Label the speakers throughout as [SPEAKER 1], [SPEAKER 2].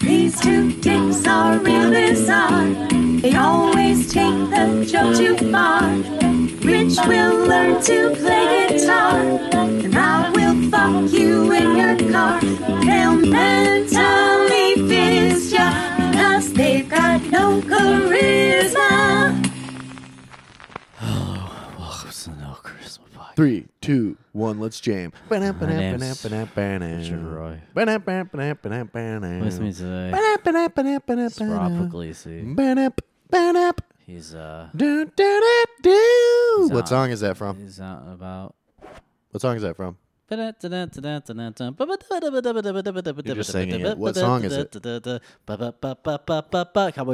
[SPEAKER 1] These two dicks are real bizarre. They always take the joke too far. Rich will learn to play guitar, and I will fuck you in your car. They'll mentally fizz ya, cause they've got no charisma.
[SPEAKER 2] It's no Christmas pie.
[SPEAKER 3] Three, two, one, let's jam. Banana, banana, banana,
[SPEAKER 2] name's
[SPEAKER 3] banana, banana.
[SPEAKER 2] Richard Roy.
[SPEAKER 3] Banana, banana, banana, banana, banana.
[SPEAKER 2] With me today
[SPEAKER 3] Banana, banana, banana, banana,
[SPEAKER 2] is Rob
[SPEAKER 3] banana.
[SPEAKER 2] Puglisi.
[SPEAKER 3] Banana, banana,
[SPEAKER 2] He's uh,
[SPEAKER 3] do, do, do, do.
[SPEAKER 2] on.
[SPEAKER 3] What song is that from?
[SPEAKER 2] he's out and about.
[SPEAKER 3] What song is that from?
[SPEAKER 2] You're
[SPEAKER 3] just singing it. What song is it?
[SPEAKER 2] Cowboy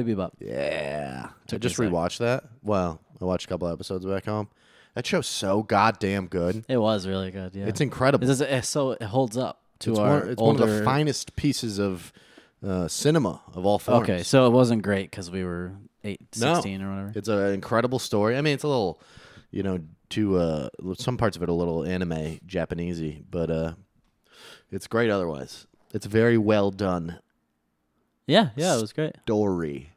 [SPEAKER 2] Bebop.
[SPEAKER 3] Yeah. I
[SPEAKER 2] Took
[SPEAKER 3] just
[SPEAKER 2] me a sec.
[SPEAKER 3] rewatched that. Well, I watched a couple episodes back home. That show's so goddamn good.
[SPEAKER 2] It was really good. Yeah,
[SPEAKER 3] It's incredible.
[SPEAKER 2] It's, it's, so it holds up to
[SPEAKER 3] It's,
[SPEAKER 2] our
[SPEAKER 3] one, it's
[SPEAKER 2] older.
[SPEAKER 3] one of the finest pieces of uh, cinema of all forms.
[SPEAKER 2] okay, so it wasn't great because we were eight,
[SPEAKER 3] No.
[SPEAKER 2] 16 or whatever.
[SPEAKER 3] It's an incredible story. I mean, it's a little, you know, to uh, some parts of it a little anime Japanesey, but uh, it's great otherwise. It's very well done
[SPEAKER 2] Yeah, yeah, it was great.
[SPEAKER 3] story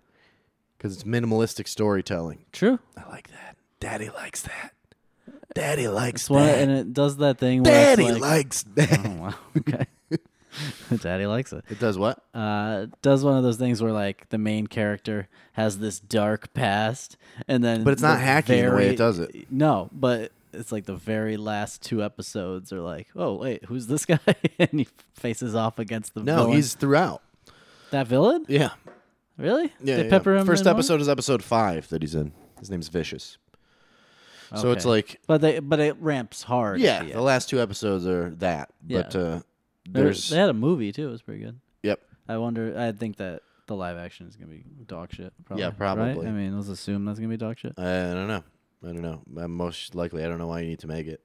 [SPEAKER 3] because it's minimalistic storytelling.
[SPEAKER 2] True.
[SPEAKER 3] I like that. Daddy likes that. Daddy likes
[SPEAKER 2] It's one,
[SPEAKER 3] that.
[SPEAKER 2] and it does that thing where it's
[SPEAKER 3] Daddy
[SPEAKER 2] like,
[SPEAKER 3] likes that.
[SPEAKER 2] Oh, wow. Okay. Daddy likes it.
[SPEAKER 3] It does what?
[SPEAKER 2] Uh, does one of those things where like the main character has this dark past, and then
[SPEAKER 3] But it's not
[SPEAKER 2] the
[SPEAKER 3] hacky in the way
[SPEAKER 2] very-
[SPEAKER 3] it does it.
[SPEAKER 2] No, but it's like the very last two episodes are like, oh wait, who's this guy? and he faces off against the
[SPEAKER 3] No,
[SPEAKER 2] villain.
[SPEAKER 3] he's throughout.
[SPEAKER 2] that villain.
[SPEAKER 3] Yeah.
[SPEAKER 2] Really?
[SPEAKER 3] Yeah.
[SPEAKER 2] They
[SPEAKER 3] yeah.
[SPEAKER 2] pepper him
[SPEAKER 3] First
[SPEAKER 2] in more?
[SPEAKER 3] episode is episode five that he's in. His name's Vicious. So it's
[SPEAKER 2] Okay.
[SPEAKER 3] like
[SPEAKER 2] but they but it ramps hard. at
[SPEAKER 3] Yeah,
[SPEAKER 2] the
[SPEAKER 3] the
[SPEAKER 2] end.
[SPEAKER 3] last two episodes are that. But
[SPEAKER 2] Yeah.
[SPEAKER 3] uh,
[SPEAKER 2] There-
[SPEAKER 3] there's
[SPEAKER 2] they had a movie too. It was pretty good.
[SPEAKER 3] yep.
[SPEAKER 2] I wonder. I think that the live action is gonna be dog shit. Probably,
[SPEAKER 3] Yeah,
[SPEAKER 2] right?
[SPEAKER 3] probably.
[SPEAKER 2] I mean, let's assume that's gonna be dog shit.
[SPEAKER 3] I don't know. I don't know. i most likely, I don't know why you need to make it.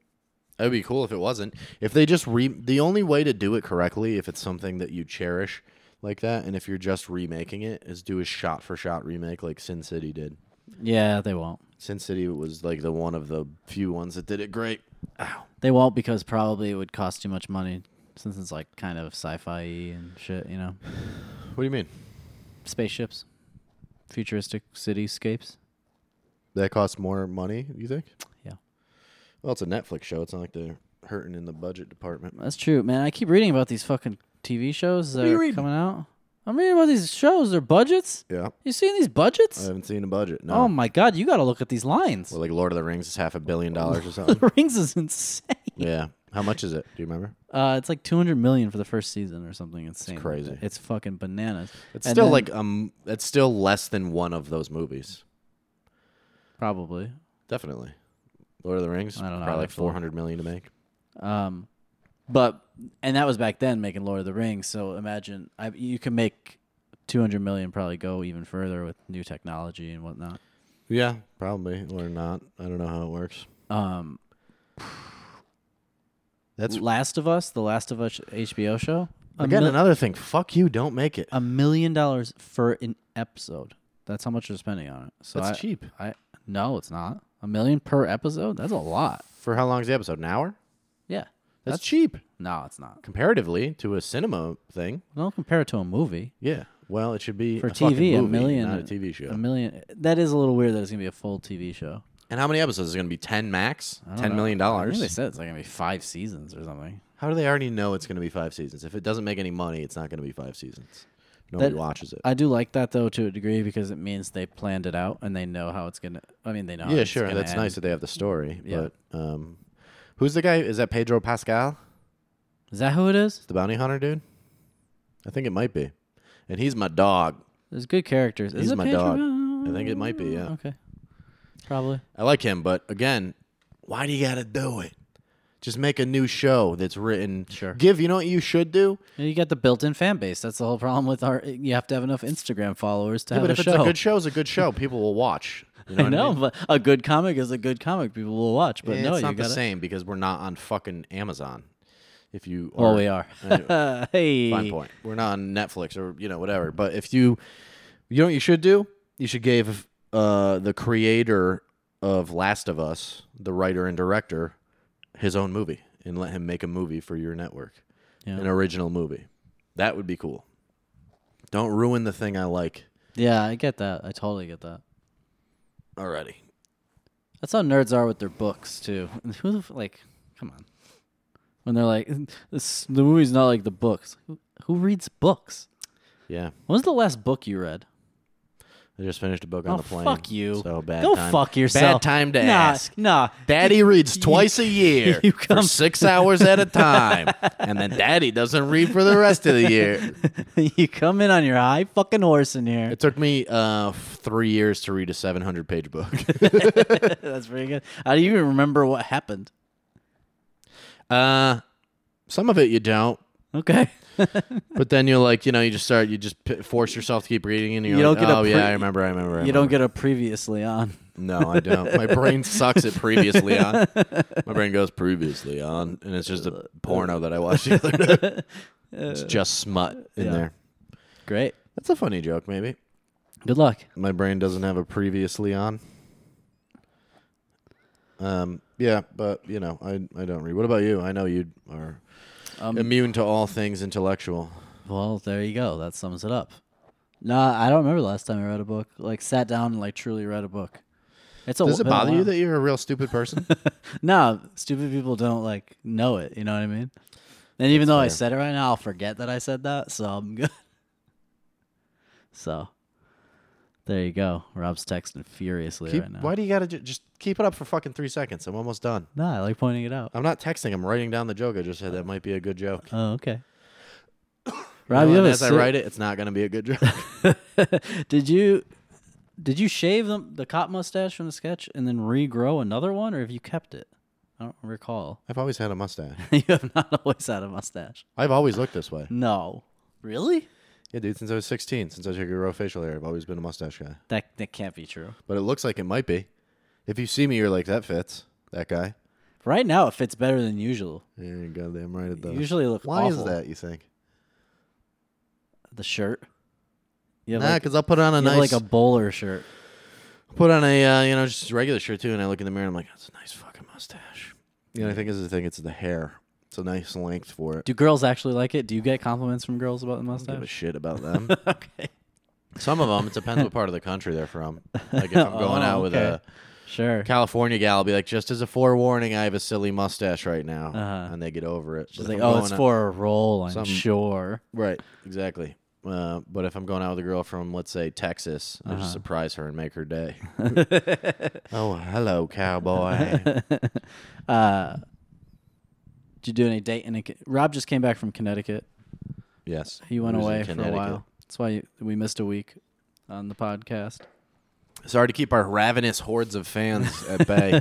[SPEAKER 3] It would be cool if it wasn't. If they just re, the only way to do it correctly, if it's something that you cherish like that, and if you're just remaking it, is do a shot for shot remake like Sin City did.
[SPEAKER 2] Yeah, they won't.
[SPEAKER 3] Sin City was like the one of the few ones that did it great. Ow.
[SPEAKER 2] They won't because probably it would cost too much money since it's like kind of sci-fi and shit. You know,
[SPEAKER 3] What do you mean?
[SPEAKER 2] spaceships, futuristic cityscapes.
[SPEAKER 3] That costs more money, you think?
[SPEAKER 2] Yeah,
[SPEAKER 3] Well, it's a Netflix show. It's not like they're hurting in the budget department.
[SPEAKER 2] that's true, man. I keep reading about these fucking TV shows that
[SPEAKER 3] you
[SPEAKER 2] are
[SPEAKER 3] reading?
[SPEAKER 2] coming out. I'm reading about these shows. Their budgets.
[SPEAKER 3] Yeah.
[SPEAKER 2] You seeing these
[SPEAKER 3] I
[SPEAKER 2] budgets?
[SPEAKER 3] haven't seen a budget. No.
[SPEAKER 2] Oh my god, you got to look at these lines.
[SPEAKER 3] Well, like Lord of the Rings is half a billion dollars or something.
[SPEAKER 2] the rings is insane.
[SPEAKER 3] yeah. How much is it? Do you remember?
[SPEAKER 2] Uh, it's like 200 million for the first season or something insane. like
[SPEAKER 3] crazy.
[SPEAKER 2] that. It's fucking bananas.
[SPEAKER 3] It's
[SPEAKER 2] And
[SPEAKER 3] still
[SPEAKER 2] then-
[SPEAKER 3] like um, it's still less than one of those movies.
[SPEAKER 2] probably.
[SPEAKER 3] Definitely. Lord of the Rings,
[SPEAKER 2] I don't know.
[SPEAKER 3] probably
[SPEAKER 2] I'd
[SPEAKER 3] like
[SPEAKER 2] have to look.
[SPEAKER 3] four hundred million to make.
[SPEAKER 2] Um, but and that was back then making Lord of the Rings. So imagine I, you can make 200 million probably go even further with new technology and whatnot.
[SPEAKER 3] Yeah, probably or not. I don't know how it works.
[SPEAKER 2] Um,
[SPEAKER 3] That's
[SPEAKER 2] Last of Us, the Last of Us HBO show, a,
[SPEAKER 3] again
[SPEAKER 2] mil-
[SPEAKER 3] another thing. Fuck you. Don't make it.
[SPEAKER 2] a million dollars for an episode. That's how much they're spending on it. So
[SPEAKER 3] That's
[SPEAKER 2] I-
[SPEAKER 3] cheap.
[SPEAKER 2] I no, it's not a million per episode. That's a lot.
[SPEAKER 3] For how long is the episode? An hour.
[SPEAKER 2] Yeah,
[SPEAKER 3] That's, cheap
[SPEAKER 2] no, it's not.
[SPEAKER 3] comparatively to a cinema thing.
[SPEAKER 2] Don't compare it to a movie.
[SPEAKER 3] Yeah. Well, it should be
[SPEAKER 2] for
[SPEAKER 3] a fucking
[SPEAKER 2] TV, a
[SPEAKER 3] movie,
[SPEAKER 2] million,
[SPEAKER 3] not a TV show.
[SPEAKER 2] a million. That is a little weird that it's gonna be a full TV show.
[SPEAKER 3] and how many episodes is it going to be? Ten max.
[SPEAKER 2] I don't
[SPEAKER 3] Ten
[SPEAKER 2] know.
[SPEAKER 3] million
[SPEAKER 2] I think they
[SPEAKER 3] dollars.
[SPEAKER 2] said it's like gonna be five seasons or something.
[SPEAKER 3] How do they already know it's going to be five seasons? If it doesn't make any money, it's not going to be five seasons. Nobody
[SPEAKER 2] That-
[SPEAKER 3] watches it.
[SPEAKER 2] I do like that though to a degree because it means they planned it out and they know how it's gonna. I mean, they know. how
[SPEAKER 3] yeah,
[SPEAKER 2] Oh, it's
[SPEAKER 3] sure.
[SPEAKER 2] gonna
[SPEAKER 3] That's
[SPEAKER 2] end.
[SPEAKER 3] nice that they have the story.
[SPEAKER 2] Yeah.
[SPEAKER 3] But um, who's the guy? Is that Pedro Pascal?
[SPEAKER 2] Is that who it is?
[SPEAKER 3] The bounty hunter dude? I think it might be. And he's my dog.
[SPEAKER 2] There's good characters.
[SPEAKER 3] He's
[SPEAKER 2] is it
[SPEAKER 3] my
[SPEAKER 2] Pedro?
[SPEAKER 3] dog. I think it might be, yeah.
[SPEAKER 2] Okay. Probably.
[SPEAKER 3] I like him, but again, why do you got to do it? Just make a new show that's written.
[SPEAKER 2] Sure.
[SPEAKER 3] Give, you know what you should do?
[SPEAKER 2] You got the built-in fan base. That's the whole problem with our. You have to have enough Instagram followers to
[SPEAKER 3] Yeah,
[SPEAKER 2] have
[SPEAKER 3] but if
[SPEAKER 2] a
[SPEAKER 3] it's
[SPEAKER 2] show.
[SPEAKER 3] a good show, it's a good show. People will watch. You
[SPEAKER 2] I
[SPEAKER 3] know what
[SPEAKER 2] know,
[SPEAKER 3] I mean?
[SPEAKER 2] but a good comic is a good comic. People will watch, but
[SPEAKER 3] Eh,
[SPEAKER 2] no,
[SPEAKER 3] it's
[SPEAKER 2] you
[SPEAKER 3] not the
[SPEAKER 2] gotta.
[SPEAKER 3] same because we're not on fucking Amazon. If you
[SPEAKER 2] Well, we are. hey.
[SPEAKER 3] Fine point. We're not on Netflix or you know whatever. But if you, you know, what you should do. You should give uh, the creator of Last of Us, the writer and director, his own movie, and let him make a movie for your network,
[SPEAKER 2] Yeah.
[SPEAKER 3] an original movie. That would be cool. Don't ruin the thing I like
[SPEAKER 2] Yeah, I get that. I totally get that.
[SPEAKER 3] already.
[SPEAKER 2] That's how nerds are with their books too. Who the f- like? Come on. When they're like, this, the movie's not like the books. Who, who reads books?
[SPEAKER 3] Yeah.
[SPEAKER 2] When was the last book you read?
[SPEAKER 3] I just finished a book on
[SPEAKER 2] oh,
[SPEAKER 3] the plane.
[SPEAKER 2] fuck you.
[SPEAKER 3] So bad.
[SPEAKER 2] Go
[SPEAKER 3] time.
[SPEAKER 2] fuck yourself.
[SPEAKER 3] Bad time to
[SPEAKER 2] nah,
[SPEAKER 3] ask.
[SPEAKER 2] Nah.
[SPEAKER 3] Daddy reads twice a year
[SPEAKER 2] you
[SPEAKER 3] for
[SPEAKER 2] come-
[SPEAKER 3] six hours at a time, and then Daddy doesn't read for the rest of the year.
[SPEAKER 2] you come in on your high fucking horse in here.
[SPEAKER 3] It took me uh, f- three years to read a 700 page book.
[SPEAKER 2] That's pretty good. How do you even remember what happened?
[SPEAKER 3] uh, some of it you don't,
[SPEAKER 2] Okay.
[SPEAKER 3] but then you're like, you know, you just start, you just p- force yourself to keep reading, and you're
[SPEAKER 2] You don't
[SPEAKER 3] like,
[SPEAKER 2] get a
[SPEAKER 3] oh
[SPEAKER 2] pre-
[SPEAKER 3] yeah, I remember, I remember. I
[SPEAKER 2] you don't
[SPEAKER 3] remember."
[SPEAKER 2] get a previously on.
[SPEAKER 3] No, I don't. My brain sucks at previously on. My brain goes previously on, and it's just a porno that I watched the other day. It's just smut in
[SPEAKER 2] Yeah.
[SPEAKER 3] there.
[SPEAKER 2] Great.
[SPEAKER 3] That's a funny joke, maybe.
[SPEAKER 2] Good luck.
[SPEAKER 3] My brain doesn't have a previously on. Um. Yeah, but you know, I I don't read. What about you? I know you are
[SPEAKER 2] Um,
[SPEAKER 3] immune to all things intellectual.
[SPEAKER 2] Well, there you go. That sums it up. Nah, I don't remember the last time I read a book. Like sat down and like truly read a book. It's a,
[SPEAKER 3] Does it
[SPEAKER 2] been a
[SPEAKER 3] bother you
[SPEAKER 2] while.
[SPEAKER 3] that you're a real stupid person?
[SPEAKER 2] No, stupid people don't like know it. You know what I mean? And even though I
[SPEAKER 3] fair.
[SPEAKER 2] said it right now, I'll forget that I said that, so I'm good. so there you go. Rob's texting furiously
[SPEAKER 3] Keep,
[SPEAKER 2] right now.
[SPEAKER 3] Why do you gotta ju- just keep it up for fucking three seconds? I'm almost done.
[SPEAKER 2] No, I like pointing it out.
[SPEAKER 3] I'm not texting. I'm writing down the joke I just said. That might be a good joke.
[SPEAKER 2] Oh, okay.
[SPEAKER 3] You
[SPEAKER 2] Rob,
[SPEAKER 3] know,
[SPEAKER 2] you have
[SPEAKER 3] and
[SPEAKER 2] a
[SPEAKER 3] as I
[SPEAKER 2] si-
[SPEAKER 3] write it, it's not gonna be a good joke.
[SPEAKER 2] did you did you shave the, the cop mustache from the sketch and then regrow another one, or have you kept it? I don't recall.
[SPEAKER 3] I've always had a mustache.
[SPEAKER 2] you have not always had a mustache.
[SPEAKER 3] I've always looked this way.
[SPEAKER 2] No, really?
[SPEAKER 3] Yeah, dude. Since I was 16, since I took a row of facial hair, I've always been a mustache guy.
[SPEAKER 2] That that can't be true.
[SPEAKER 3] But it looks like it might be. If you see me, you're like, that fits. That guy.
[SPEAKER 2] Right now, it fits better than usual.
[SPEAKER 3] Yeah, you're goddamn right it does.
[SPEAKER 2] Usually look
[SPEAKER 3] Why
[SPEAKER 2] awful.
[SPEAKER 3] is that? You think?
[SPEAKER 2] The shirt. You have
[SPEAKER 3] Nah,
[SPEAKER 2] like,
[SPEAKER 3] because I'll put on a
[SPEAKER 2] you have
[SPEAKER 3] nice,
[SPEAKER 2] like a bowler shirt.
[SPEAKER 3] put on a uh, you know just regular shirt too, and I look in the mirror, and I'm like, that's a nice fucking mustache. You know, I think this is the thing. It's the hair. It's a nice length for it.
[SPEAKER 2] Do girls actually like it? Do you get compliments from girls about the
[SPEAKER 3] Don't give a
[SPEAKER 2] mustache?
[SPEAKER 3] shit about them.
[SPEAKER 2] okay.
[SPEAKER 3] Some of them, it depends what part of the country they're from. Like if I'm going
[SPEAKER 2] Oh,
[SPEAKER 3] out with
[SPEAKER 2] okay.
[SPEAKER 3] a
[SPEAKER 2] Sure.
[SPEAKER 3] California gal, I'll be like, just as a forewarning, I have a silly mustache right now,
[SPEAKER 2] Uh-huh.
[SPEAKER 3] and they get over it.
[SPEAKER 2] She's
[SPEAKER 3] But
[SPEAKER 2] like,
[SPEAKER 3] if I'm
[SPEAKER 2] oh, it's
[SPEAKER 3] going out-
[SPEAKER 2] for a roll, I'm
[SPEAKER 3] Some-
[SPEAKER 2] sure.
[SPEAKER 3] Right, exactly. Uh, but if I'm going out with a girl from, let's say, Texas, I
[SPEAKER 2] Uh-huh.
[SPEAKER 3] just surprise her and make her day. oh, hello, cowboy.
[SPEAKER 2] Did you do any date? And Rob just came back from Connecticut.
[SPEAKER 3] yes,
[SPEAKER 2] He went
[SPEAKER 3] was in
[SPEAKER 2] away for a
[SPEAKER 3] Connecticut.
[SPEAKER 2] while. That's why we missed a week on the podcast.
[SPEAKER 3] Sorry to keep our ravenous hordes of fans at bay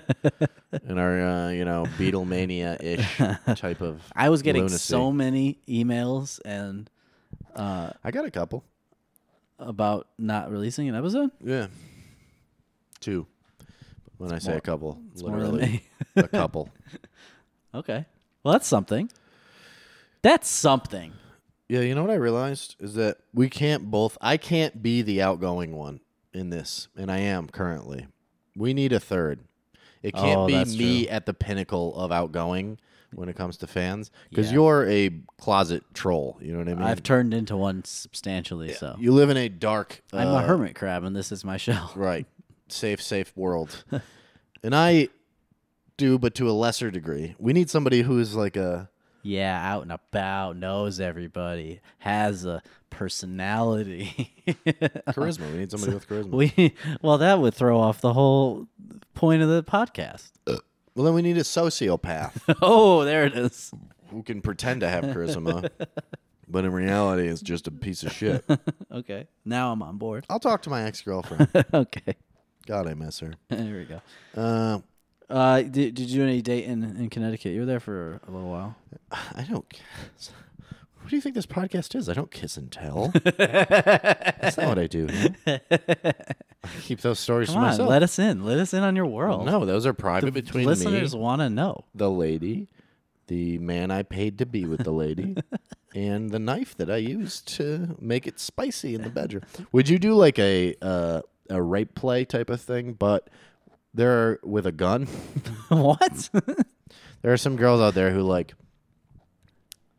[SPEAKER 3] and our, uh, you know, Beatlemania ish type of.
[SPEAKER 2] I was getting
[SPEAKER 3] lunacy.
[SPEAKER 2] so many emails and
[SPEAKER 3] I got a couple.
[SPEAKER 2] about not releasing an episode.
[SPEAKER 3] Yeah, two. When I say a couple,
[SPEAKER 2] more than
[SPEAKER 3] literally
[SPEAKER 2] me.
[SPEAKER 3] a couple.
[SPEAKER 2] Okay. Well, that's something. That's something.
[SPEAKER 3] Yeah, you know what I realized is that we can't both. I can't be the outgoing one in this, and I am currently. We need a third. It can't
[SPEAKER 2] Oh,
[SPEAKER 3] be
[SPEAKER 2] that's
[SPEAKER 3] me
[SPEAKER 2] true.
[SPEAKER 3] at the pinnacle of outgoing when it comes to fans, because
[SPEAKER 2] Yeah.
[SPEAKER 3] you're a closet troll. You know what I mean?
[SPEAKER 2] I've turned into one substantially. So
[SPEAKER 3] you live in a dark.
[SPEAKER 2] I'm
[SPEAKER 3] uh,
[SPEAKER 2] a hermit crab, and this is my shell.
[SPEAKER 3] Right. Safe, safe world. and I do, but to a lesser degree. We need somebody who is like a.
[SPEAKER 2] Yeah, out and about, knows everybody, has a personality.
[SPEAKER 3] Charisma. We need somebody with charisma.
[SPEAKER 2] we well, that would throw off the whole point of the podcast.
[SPEAKER 3] well, then we need a sociopath.
[SPEAKER 2] oh, there it is.
[SPEAKER 3] who can pretend to have charisma, but in reality is just a piece of shit.
[SPEAKER 2] Okay, now I'm on board.
[SPEAKER 3] I'll talk to my ex girlfriend.
[SPEAKER 2] okay,
[SPEAKER 3] God, I miss her.
[SPEAKER 2] there we go.
[SPEAKER 3] Uh,
[SPEAKER 2] Uh, did, did you do any date in, in Connecticut? You were there for a little while.
[SPEAKER 3] I don't. kiss. What do you think this podcast is? I don't kiss and tell. That's not what I do. you know? I keep those stories
[SPEAKER 2] Come
[SPEAKER 3] to
[SPEAKER 2] on,
[SPEAKER 3] myself.
[SPEAKER 2] let us in. Let us in on your world.
[SPEAKER 3] no, those are private between
[SPEAKER 2] listeners
[SPEAKER 3] me,
[SPEAKER 2] want to know.
[SPEAKER 3] the lady, the man I paid to be with the lady, and the knife that I used to make it spicy in the bedroom. Would you do like a uh, a rape play type of thing, but there with a gun?
[SPEAKER 2] what?
[SPEAKER 3] there are some girls out there who like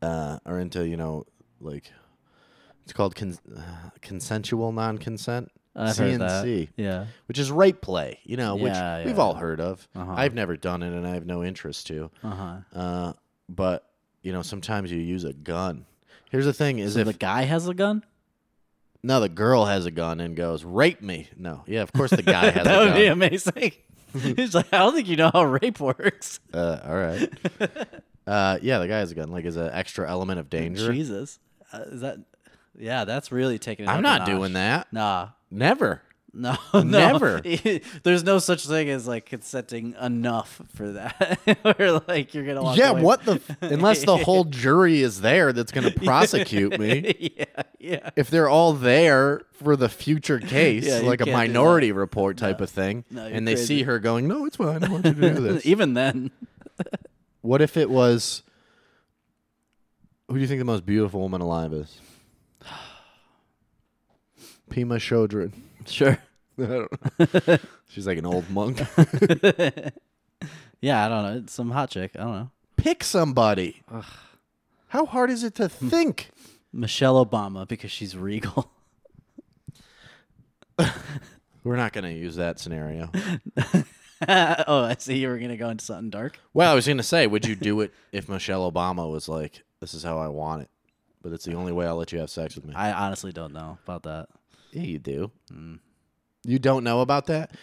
[SPEAKER 3] uh, are into you know like It's called con- uh, consensual non-consent,
[SPEAKER 2] I've heard that.
[SPEAKER 3] CNC,
[SPEAKER 2] Yeah.
[SPEAKER 3] which is rape play. You know, which
[SPEAKER 2] Yeah,
[SPEAKER 3] we've
[SPEAKER 2] yeah.
[SPEAKER 3] all heard of.
[SPEAKER 2] Uh-huh.
[SPEAKER 3] I've never done it, and I have no interest to.
[SPEAKER 2] Uh huh.
[SPEAKER 3] Uh, but you know, sometimes you use a gun. Here's the thing: is
[SPEAKER 2] So
[SPEAKER 3] if
[SPEAKER 2] the guy has a gun?
[SPEAKER 3] now the girl has a gun and goes rape me, no, yeah, of course the guy has
[SPEAKER 2] that
[SPEAKER 3] a
[SPEAKER 2] would
[SPEAKER 3] gun.
[SPEAKER 2] be amazing. He's like, I don't think you know how rape works.
[SPEAKER 3] Uh, all right. Uh, yeah, the guy has a gun. Like, is an extra element of danger.
[SPEAKER 2] Jesus, uh, is that? Yeah, that's really taking. It
[SPEAKER 3] I'm
[SPEAKER 2] up a
[SPEAKER 3] not
[SPEAKER 2] notch.
[SPEAKER 3] doing that.
[SPEAKER 2] Nah,
[SPEAKER 3] Never.
[SPEAKER 2] no, no.
[SPEAKER 3] Never.
[SPEAKER 2] There's no such thing as like consenting enough for that. Or like you're gonna. Walk
[SPEAKER 3] yeah,
[SPEAKER 2] away.
[SPEAKER 3] what the? F- unless the whole jury is there that's going to prosecute me.
[SPEAKER 2] yeah, yeah.
[SPEAKER 3] If they're all there for the future case,
[SPEAKER 2] Yeah, you
[SPEAKER 3] like
[SPEAKER 2] can't
[SPEAKER 3] a
[SPEAKER 2] do that.
[SPEAKER 3] minority report type of thing,
[SPEAKER 2] No, you're
[SPEAKER 3] and they
[SPEAKER 2] crazy.
[SPEAKER 3] see her going, "No, it's fine. I want you to do this."
[SPEAKER 2] Even then,
[SPEAKER 3] What if it was? Who do you think the most beautiful woman alive is? Pima Chodron.
[SPEAKER 2] sure.
[SPEAKER 3] I don't know. She's like an old monk.
[SPEAKER 2] Yeah, I don't know. It's some hot chick. I don't know.
[SPEAKER 3] Pick somebody. How hard is it to think?
[SPEAKER 2] Michelle Obama because she's regal.
[SPEAKER 3] We're not going to use that scenario.
[SPEAKER 2] oh, I see. You were gonna go into something dark.
[SPEAKER 3] Well, I was going to say, would you do it if Michelle Obama was like, "This is how I want it," but it's the only way I'll let you have sex with me?
[SPEAKER 2] I honestly don't know about that.
[SPEAKER 3] yeah, you do. Mm. You don't know about that.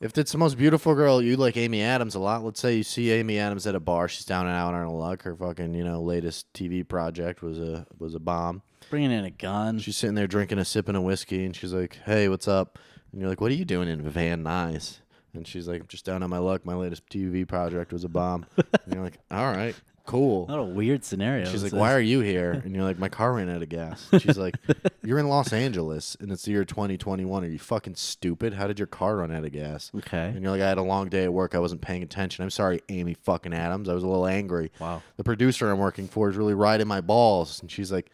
[SPEAKER 3] If it's the most beautiful girl, you like Amy Adams a lot. Let's say you see Amy Adams at a bar. She's down and out on her luck. Her fucking, you know, latest TV project was a was a bomb.
[SPEAKER 2] Bringing in a gun.
[SPEAKER 3] She's sitting there drinking a sip of whiskey, and she's like, "Hey, what's up?" And you're like, "What are you doing in Van Nuys?" And she's like, "I'm just down on my luck. My latest TV project was a bomb." and you're like, "All right, cool."
[SPEAKER 2] What a weird scenario.
[SPEAKER 3] She's
[SPEAKER 2] this
[SPEAKER 3] like, "Why
[SPEAKER 2] is.
[SPEAKER 3] are you here?" And you're like, "My car ran out of gas." And she's like, "You're in Los Angeles, and it's the year 2021. Are you fucking stupid? How did your car run out of gas?"
[SPEAKER 2] Okay.
[SPEAKER 3] And you're like, "I had a long day at work. I wasn't paying attention. I'm sorry, Amy fucking Adams. I was a little angry."
[SPEAKER 2] Wow.
[SPEAKER 3] the producer I'm working for is really riding my balls. And she's like,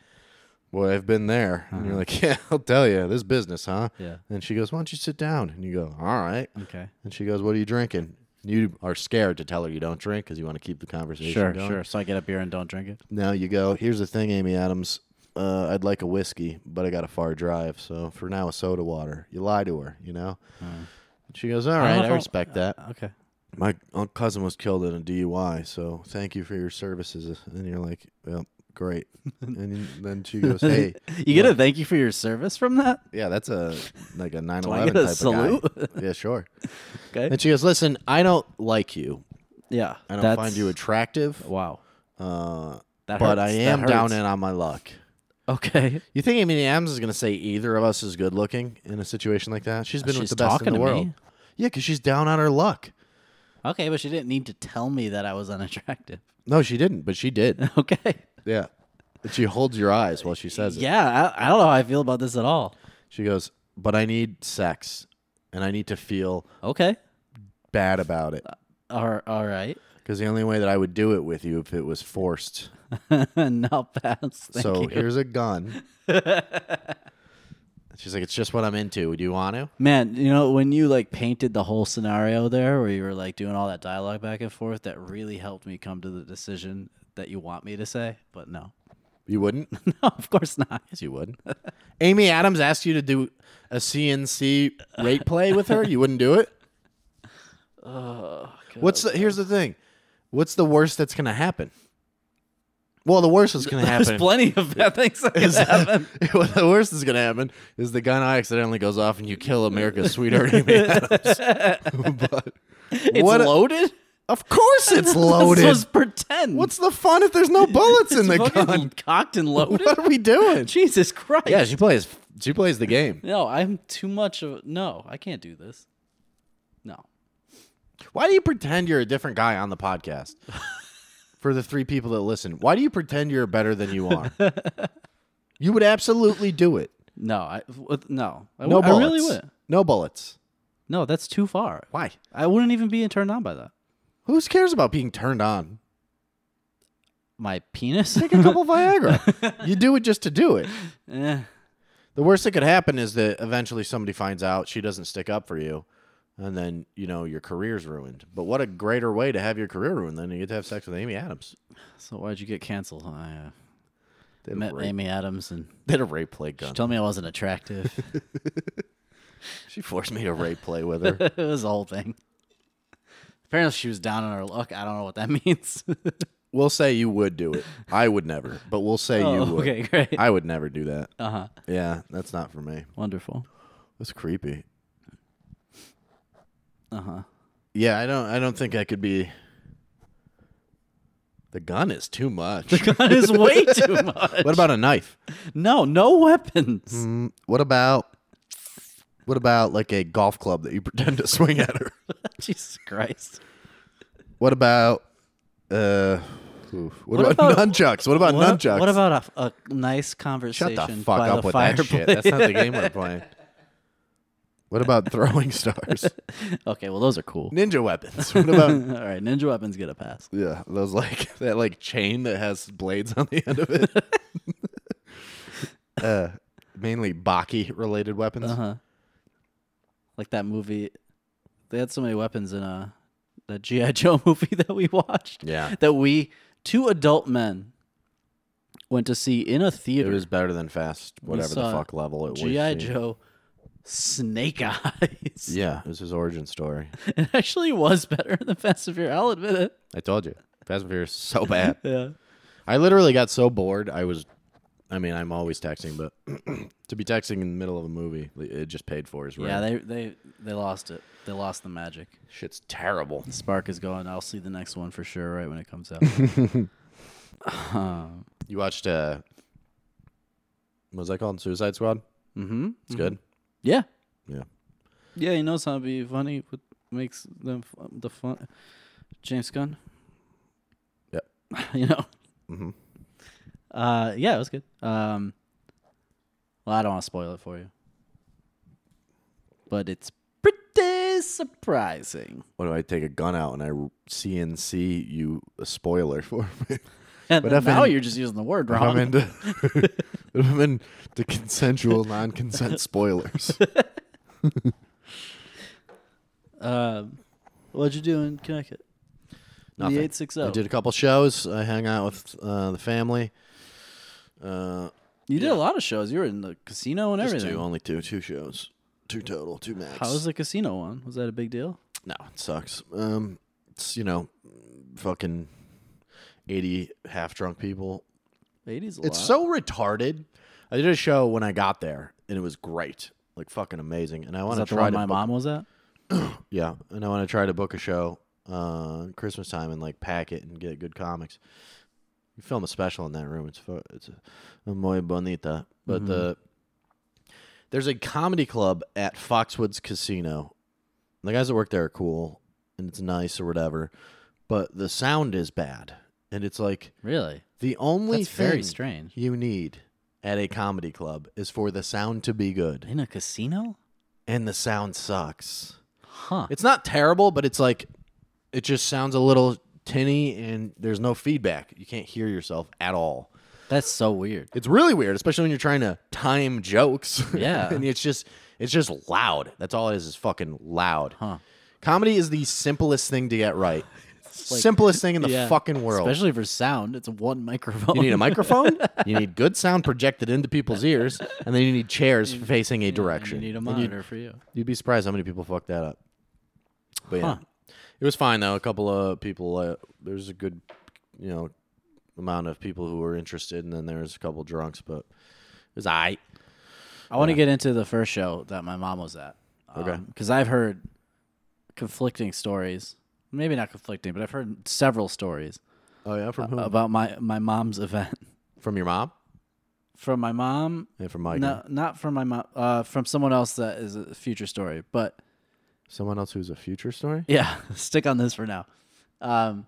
[SPEAKER 3] Boy, I've been there. And you're like, Yeah, I'll tell you. This business, huh?
[SPEAKER 2] Uh-huh. Yeah.
[SPEAKER 3] And she goes, Why don't you sit down? And you go, All right.
[SPEAKER 2] Okay.
[SPEAKER 3] And she goes, What are you drinking? And You are scared to tell her you don't drink because you want to keep the conversation
[SPEAKER 2] Sure,
[SPEAKER 3] going.
[SPEAKER 2] sure. So I get a beer and don't drink it.
[SPEAKER 3] Now you go, Here's the thing, Amy Adams. Uh, I'd like a whiskey, but I got a far drive. So for now, a soda water. You lie to her, you know? She goes, All
[SPEAKER 2] Hmm. don't know
[SPEAKER 3] right,
[SPEAKER 2] if
[SPEAKER 3] I
[SPEAKER 2] I'll-
[SPEAKER 3] respect that
[SPEAKER 2] Okay.
[SPEAKER 3] my un- cousin was killed in a DUI, so thank you for your services. And you're like, well, great. And then she goes, hey,
[SPEAKER 2] You get a thank you for your service from that?
[SPEAKER 3] yeah, that's a like a 9/11
[SPEAKER 2] I
[SPEAKER 3] type
[SPEAKER 2] get a
[SPEAKER 3] of
[SPEAKER 2] salute?
[SPEAKER 3] guy. Yeah, sure.
[SPEAKER 2] Okay.
[SPEAKER 3] And she goes, listen, I don't like you.
[SPEAKER 2] Yeah.
[SPEAKER 3] I don't find you attractive,
[SPEAKER 2] Wow.
[SPEAKER 3] uh,
[SPEAKER 2] That
[SPEAKER 3] but
[SPEAKER 2] hurts.
[SPEAKER 3] I
[SPEAKER 2] That
[SPEAKER 3] am down
[SPEAKER 2] hurts.
[SPEAKER 3] and on my luck.
[SPEAKER 2] Okay.
[SPEAKER 3] You think Amy Adams is going to say either of us is good looking in a situation like that? She's been
[SPEAKER 2] Uh, She's
[SPEAKER 3] with the best
[SPEAKER 2] talking
[SPEAKER 3] in the
[SPEAKER 2] to me.
[SPEAKER 3] world. Yeah, because she's down on her luck.
[SPEAKER 2] Okay, but she didn't need to tell me that I was unattractive.
[SPEAKER 3] No, she didn't, but she did.
[SPEAKER 2] Okay.
[SPEAKER 3] yeah. She holds your eyes while she says it.
[SPEAKER 2] Yeah, I, I don't know how I feel about this at all.
[SPEAKER 3] She goes, but I need sex, and I need to feel
[SPEAKER 2] Okay.
[SPEAKER 3] bad about it.
[SPEAKER 2] All, all right.
[SPEAKER 3] Because the only way that I would do it with you if it was forced.
[SPEAKER 2] I'll pass. Thank
[SPEAKER 3] so
[SPEAKER 2] you.
[SPEAKER 3] here's a gun. She's like, it's just what I'm into. Do you want to?
[SPEAKER 2] Man, you know, when you like painted the whole scenario there where you were like doing all that dialogue back and forth, that really helped me come to the decision that you want me to say. But no.
[SPEAKER 3] You wouldn't?
[SPEAKER 2] No, of course not.
[SPEAKER 3] yes, you would. Amy Adams asked you to do a CNC rate play with her. You wouldn't do it? Oh, What's the, here's the thing. What's the worst that's going to happen? Well, the worst that's going to happen.
[SPEAKER 2] There's plenty of bad things that can happen.
[SPEAKER 3] what the worst is going to happen is the gun accidentally goes off and you kill America's sweetheart, Amy Adams. but
[SPEAKER 2] It's
[SPEAKER 3] What a-
[SPEAKER 2] loaded.
[SPEAKER 3] of course it's
[SPEAKER 2] So
[SPEAKER 3] loaded.
[SPEAKER 2] it's pretend.
[SPEAKER 3] What's the fun if there's no bullets in
[SPEAKER 2] It's
[SPEAKER 3] the
[SPEAKER 2] fucking
[SPEAKER 3] gun?
[SPEAKER 2] Cocked and loaded.
[SPEAKER 3] What are we doing?
[SPEAKER 2] Jesus Christ.
[SPEAKER 3] Yeah, she plays. She plays the game.
[SPEAKER 2] no, I'm too much of. No, I can't do this. No.
[SPEAKER 3] Why do you pretend you're a different guy on the podcast? For the three people that listen, why do you pretend you're better than you are? you would absolutely do it.
[SPEAKER 2] No, I with- no. I,
[SPEAKER 3] No
[SPEAKER 2] w- I
[SPEAKER 3] bullets.
[SPEAKER 2] really would.
[SPEAKER 3] No bullets.
[SPEAKER 2] No, that's too far.
[SPEAKER 3] Why?
[SPEAKER 2] I wouldn't even be turned on by that.
[SPEAKER 3] Who cares about being turned on?
[SPEAKER 2] My penis.
[SPEAKER 3] Take a couple Viagra. You do it just to do it.
[SPEAKER 2] Eh,
[SPEAKER 3] The worst that could happen is that eventually somebody finds out she doesn't stick up for you, and then you know your career's ruined. But what a greater way to have your career ruined than you get to have sex with Amy Adams.
[SPEAKER 2] so why'd you get canceled? I, uh,
[SPEAKER 3] They had,
[SPEAKER 2] Met
[SPEAKER 3] a rape,
[SPEAKER 2] Amy Adams and
[SPEAKER 3] they had a rape play gun.
[SPEAKER 2] she told me I wasn't attractive.
[SPEAKER 3] She forced me to rape play with her.
[SPEAKER 2] it was the whole thing. Apparently, she was down on her luck. I don't know what that means.
[SPEAKER 3] we'll say you would do it. I would never, but we'll say
[SPEAKER 2] Oh,
[SPEAKER 3] you would.
[SPEAKER 2] okay, great.
[SPEAKER 3] I would never do that.
[SPEAKER 2] uh huh.
[SPEAKER 3] Yeah, that's not for me.
[SPEAKER 2] Wonderful.
[SPEAKER 3] That's creepy.
[SPEAKER 2] Uh huh.
[SPEAKER 3] Yeah, I don't. I don't think I could be. The gun is too much.
[SPEAKER 2] That is way too much.
[SPEAKER 3] what about a knife?
[SPEAKER 2] No, no weapons.
[SPEAKER 3] Mm, What about? What about like a golf club that you pretend to swing at her?
[SPEAKER 2] Jesus Christ.
[SPEAKER 3] What about? Uh, oof, what,
[SPEAKER 2] What
[SPEAKER 3] about,
[SPEAKER 2] about-
[SPEAKER 3] nunchucks? What about
[SPEAKER 2] What,
[SPEAKER 3] nunchucks?
[SPEAKER 2] what about a, a nice
[SPEAKER 3] Shut
[SPEAKER 2] conversation
[SPEAKER 3] the fuck
[SPEAKER 2] by
[SPEAKER 3] up
[SPEAKER 2] the
[SPEAKER 3] with that
[SPEAKER 2] fireplace?
[SPEAKER 3] shit. That's not the game we're playing. What about throwing stars?
[SPEAKER 2] okay, well those are cool.
[SPEAKER 3] Ninja weapons. What about
[SPEAKER 2] All right, ninja weapons get a pass.
[SPEAKER 3] yeah, those like that like chain that has blades on the end of it. uh, mainly baki related weapons.
[SPEAKER 2] Uh huh. Like that movie, they had so many weapons in uh that GI Joe movie that we watched.
[SPEAKER 3] Yeah.
[SPEAKER 2] That we two adult men went to see in a
[SPEAKER 3] It
[SPEAKER 2] theater.
[SPEAKER 3] was better than fast whatever the
[SPEAKER 2] saw
[SPEAKER 3] fuck level it
[SPEAKER 2] GI
[SPEAKER 3] was.
[SPEAKER 2] Joe, Snake Eyes.
[SPEAKER 3] Yeah, it was his origin story.
[SPEAKER 2] It actually was better than Fast and Furious. I'll admit it.
[SPEAKER 3] I told you. Fast and Furious is so bad.
[SPEAKER 2] Yeah.
[SPEAKER 3] I literally got so bored. I was, I mean, I'm always texting, but to be texting in the middle of a movie, it just paid for is
[SPEAKER 2] Yeah, they
[SPEAKER 3] rare.
[SPEAKER 2] they they lost it. They lost the magic.
[SPEAKER 3] shit's terrible.
[SPEAKER 2] The spark is gone. I'll see the next one for sure right when it comes out. um,
[SPEAKER 3] You watched uh what was that called? Suicide Squad?
[SPEAKER 2] mm-hmm.
[SPEAKER 3] It's good.
[SPEAKER 2] Yeah.
[SPEAKER 3] Yeah.
[SPEAKER 2] Yeah, he knows how to be funny. What makes them f- the fun? James Gunn.
[SPEAKER 3] Yep.
[SPEAKER 2] you know.
[SPEAKER 3] Mhm.
[SPEAKER 2] Uh, yeah, it was good. Um, well, I don't want to spoil it for you, but it's pretty surprising.
[SPEAKER 3] What do I take a gun out and I r- CNC you a spoiler for me?
[SPEAKER 2] And
[SPEAKER 3] But
[SPEAKER 2] then
[SPEAKER 3] if
[SPEAKER 2] now
[SPEAKER 3] I'm-
[SPEAKER 2] you're just using the word
[SPEAKER 3] If I'm
[SPEAKER 2] wrong.
[SPEAKER 3] into, if I'm into consensual non-consent spoilers.
[SPEAKER 2] Um, what'd you do in Connecticut?
[SPEAKER 3] Nothing.
[SPEAKER 2] The eight six oh.
[SPEAKER 3] I
[SPEAKER 2] zero.
[SPEAKER 3] did a couple shows. I hang out with uh, the family. Uh,
[SPEAKER 2] You did a lot of shows. You were in the casino and
[SPEAKER 3] just
[SPEAKER 2] everything.
[SPEAKER 3] two, only two, two shows, two total, two max.
[SPEAKER 2] How was the casino one? Was that a big deal?
[SPEAKER 3] No, it sucks. Um, it's you know, fucking eighty half drunk people
[SPEAKER 2] Eighties.
[SPEAKER 3] It's so retarded. I did a show when I got there, and it was great, like fucking amazing. And I
[SPEAKER 2] Is
[SPEAKER 3] want to
[SPEAKER 2] that the
[SPEAKER 3] try
[SPEAKER 2] one
[SPEAKER 3] to
[SPEAKER 2] my
[SPEAKER 3] book-
[SPEAKER 2] mom was at?
[SPEAKER 3] yeah, and I want to try to book a show uh, Christmas time and like pack it and get good comics. You film a special in that room. It's fu- it's a, a muy bonita, but
[SPEAKER 2] Mm-hmm.
[SPEAKER 3] the there's a comedy club at Foxwoods Casino. The guys that work there are cool, and it's nice or whatever, but the sound is bad, and it's like
[SPEAKER 2] Really?
[SPEAKER 3] the only
[SPEAKER 2] That's very
[SPEAKER 3] thing
[SPEAKER 2] strange.
[SPEAKER 3] you need at a comedy club is for the sound to be good,
[SPEAKER 2] In a casino?
[SPEAKER 3] and the sound sucks.
[SPEAKER 2] Huh.
[SPEAKER 3] It's not terrible, but it's like it just sounds a little tinny, and there's no feedback. You can't hear yourself at all.
[SPEAKER 2] That's so weird.
[SPEAKER 3] It's really weird, especially when you're trying to time jokes.
[SPEAKER 2] Yeah.
[SPEAKER 3] and it's just it's just loud. That's all it is. Is fucking loud.
[SPEAKER 2] Huh.
[SPEAKER 3] Comedy is the simplest thing to get right.
[SPEAKER 2] like-
[SPEAKER 3] simplest thing in the
[SPEAKER 2] Yeah.
[SPEAKER 3] fucking world.
[SPEAKER 2] Especially for sound. It's one microphone.
[SPEAKER 3] You need a microphone. you need good sound projected into people's ears, and then you need chairs facing a direction.
[SPEAKER 2] You need a
[SPEAKER 3] And
[SPEAKER 2] monitor for you.
[SPEAKER 3] You'd, you'd be surprised how many people fuck that up. But yeah,
[SPEAKER 2] Huh.
[SPEAKER 3] it was fine though. A couple of people. Uh, There's a good, you know, amount of people who were interested, and then there was a couple drunks, but it was I.
[SPEAKER 2] I want to get into the first show that my mom was at.
[SPEAKER 3] Okay.
[SPEAKER 2] Because I've heard conflicting stories. Maybe not conflicting, but I've heard several stories
[SPEAKER 3] Oh yeah, from who?
[SPEAKER 2] about my, my mom's event.
[SPEAKER 3] from your mom
[SPEAKER 2] From my mom
[SPEAKER 3] and from Mike.
[SPEAKER 2] No, not from my mom. Uh, from someone else that is a future story. But
[SPEAKER 3] Someone else who's a future story.
[SPEAKER 2] yeah, stick on this for now. Um,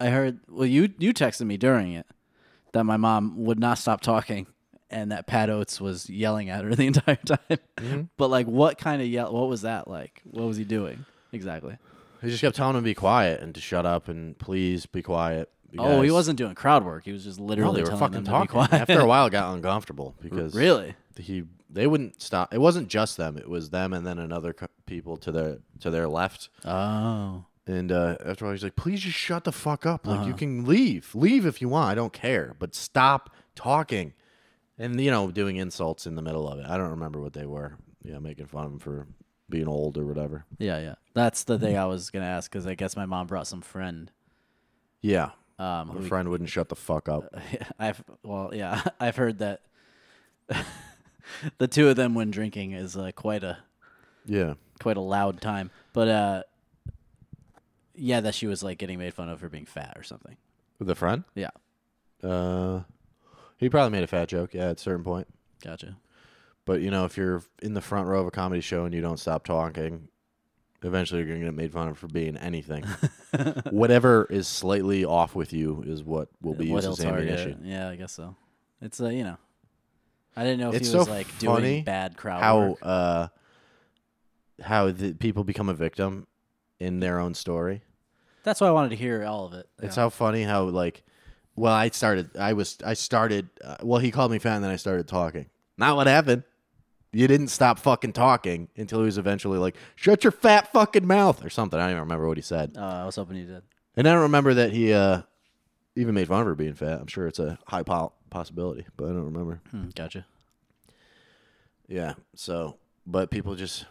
[SPEAKER 2] I heard. Well, you you texted me during it that my mom would not stop talking, and that Pat Oates was yelling at her the entire time.
[SPEAKER 3] Mm-hmm.
[SPEAKER 2] But like, what kind of yell? What was that like? What was he doing exactly?
[SPEAKER 3] He just kept telling him to be quiet and to shut up and please be quiet.
[SPEAKER 2] Oh, he
[SPEAKER 3] because-
[SPEAKER 2] wasn't doing crowd work. He was just
[SPEAKER 3] No,
[SPEAKER 2] literally
[SPEAKER 3] they were
[SPEAKER 2] telling them
[SPEAKER 3] fucking talking.
[SPEAKER 2] to be quiet.
[SPEAKER 3] After a while, it got uncomfortable because
[SPEAKER 2] really?
[SPEAKER 3] he they wouldn't stop. It wasn't just them; it was them and then another co- people to their to their left.
[SPEAKER 2] Oh,
[SPEAKER 3] And uh, after a while, he's like, "Please just shut the fuck up. Like,
[SPEAKER 2] Uh-huh.
[SPEAKER 3] you can leave, leave if you want. I don't care, but stop talking." And you know, doing insults in the middle of it. I don't remember what they were. Yeah, making fun of him for being old or whatever.
[SPEAKER 2] Yeah, yeah. That's the thing I was gonna ask because I guess my mom brought some friend.
[SPEAKER 3] Yeah,
[SPEAKER 2] Um,
[SPEAKER 3] my
[SPEAKER 2] who- Uh,
[SPEAKER 3] friend wouldn't shut the fuck up.
[SPEAKER 2] I've well, yeah, I've heard that the two of them when drinking is uh, quite a
[SPEAKER 3] Yeah,
[SPEAKER 2] quite a loud time. But uh, yeah, that she was like getting made fun of for being fat or something.
[SPEAKER 3] the friend.
[SPEAKER 2] Yeah,
[SPEAKER 3] Uh, he probably made a fat joke. Yeah, at a certain point.
[SPEAKER 2] gotcha.
[SPEAKER 3] But you know, if you're in the front row of a comedy show and you don't stop talking, eventually you're gonna get made fun of for being anything. Whatever is slightly off with you is what will be used as
[SPEAKER 2] are you-
[SPEAKER 3] ammunition.
[SPEAKER 2] Yeah, I guess so. It's uh, you know, I didn't know if
[SPEAKER 3] It's
[SPEAKER 2] he was
[SPEAKER 3] so
[SPEAKER 2] like
[SPEAKER 3] funny
[SPEAKER 2] doing bad crowd
[SPEAKER 3] How
[SPEAKER 2] work.
[SPEAKER 3] uh, how the people become a victim in their own story.
[SPEAKER 2] That's why I wanted to hear all of it.
[SPEAKER 3] It's
[SPEAKER 2] yeah.
[SPEAKER 3] how funny how like, well, I started. I was. I started. Uh, well, he called me fat, and then I started talking. Not what happened. You didn't stop fucking talking until he was eventually like, "Shut your fat fucking mouth" or something. I don't even remember what he said.
[SPEAKER 2] uh, I was hoping you did.
[SPEAKER 3] And I don't remember that he uh, even made fun of her being fat. I'm sure it's a high po- possibility, but I don't remember.
[SPEAKER 2] Hmm, gotcha.
[SPEAKER 3] Yeah. So, but people just,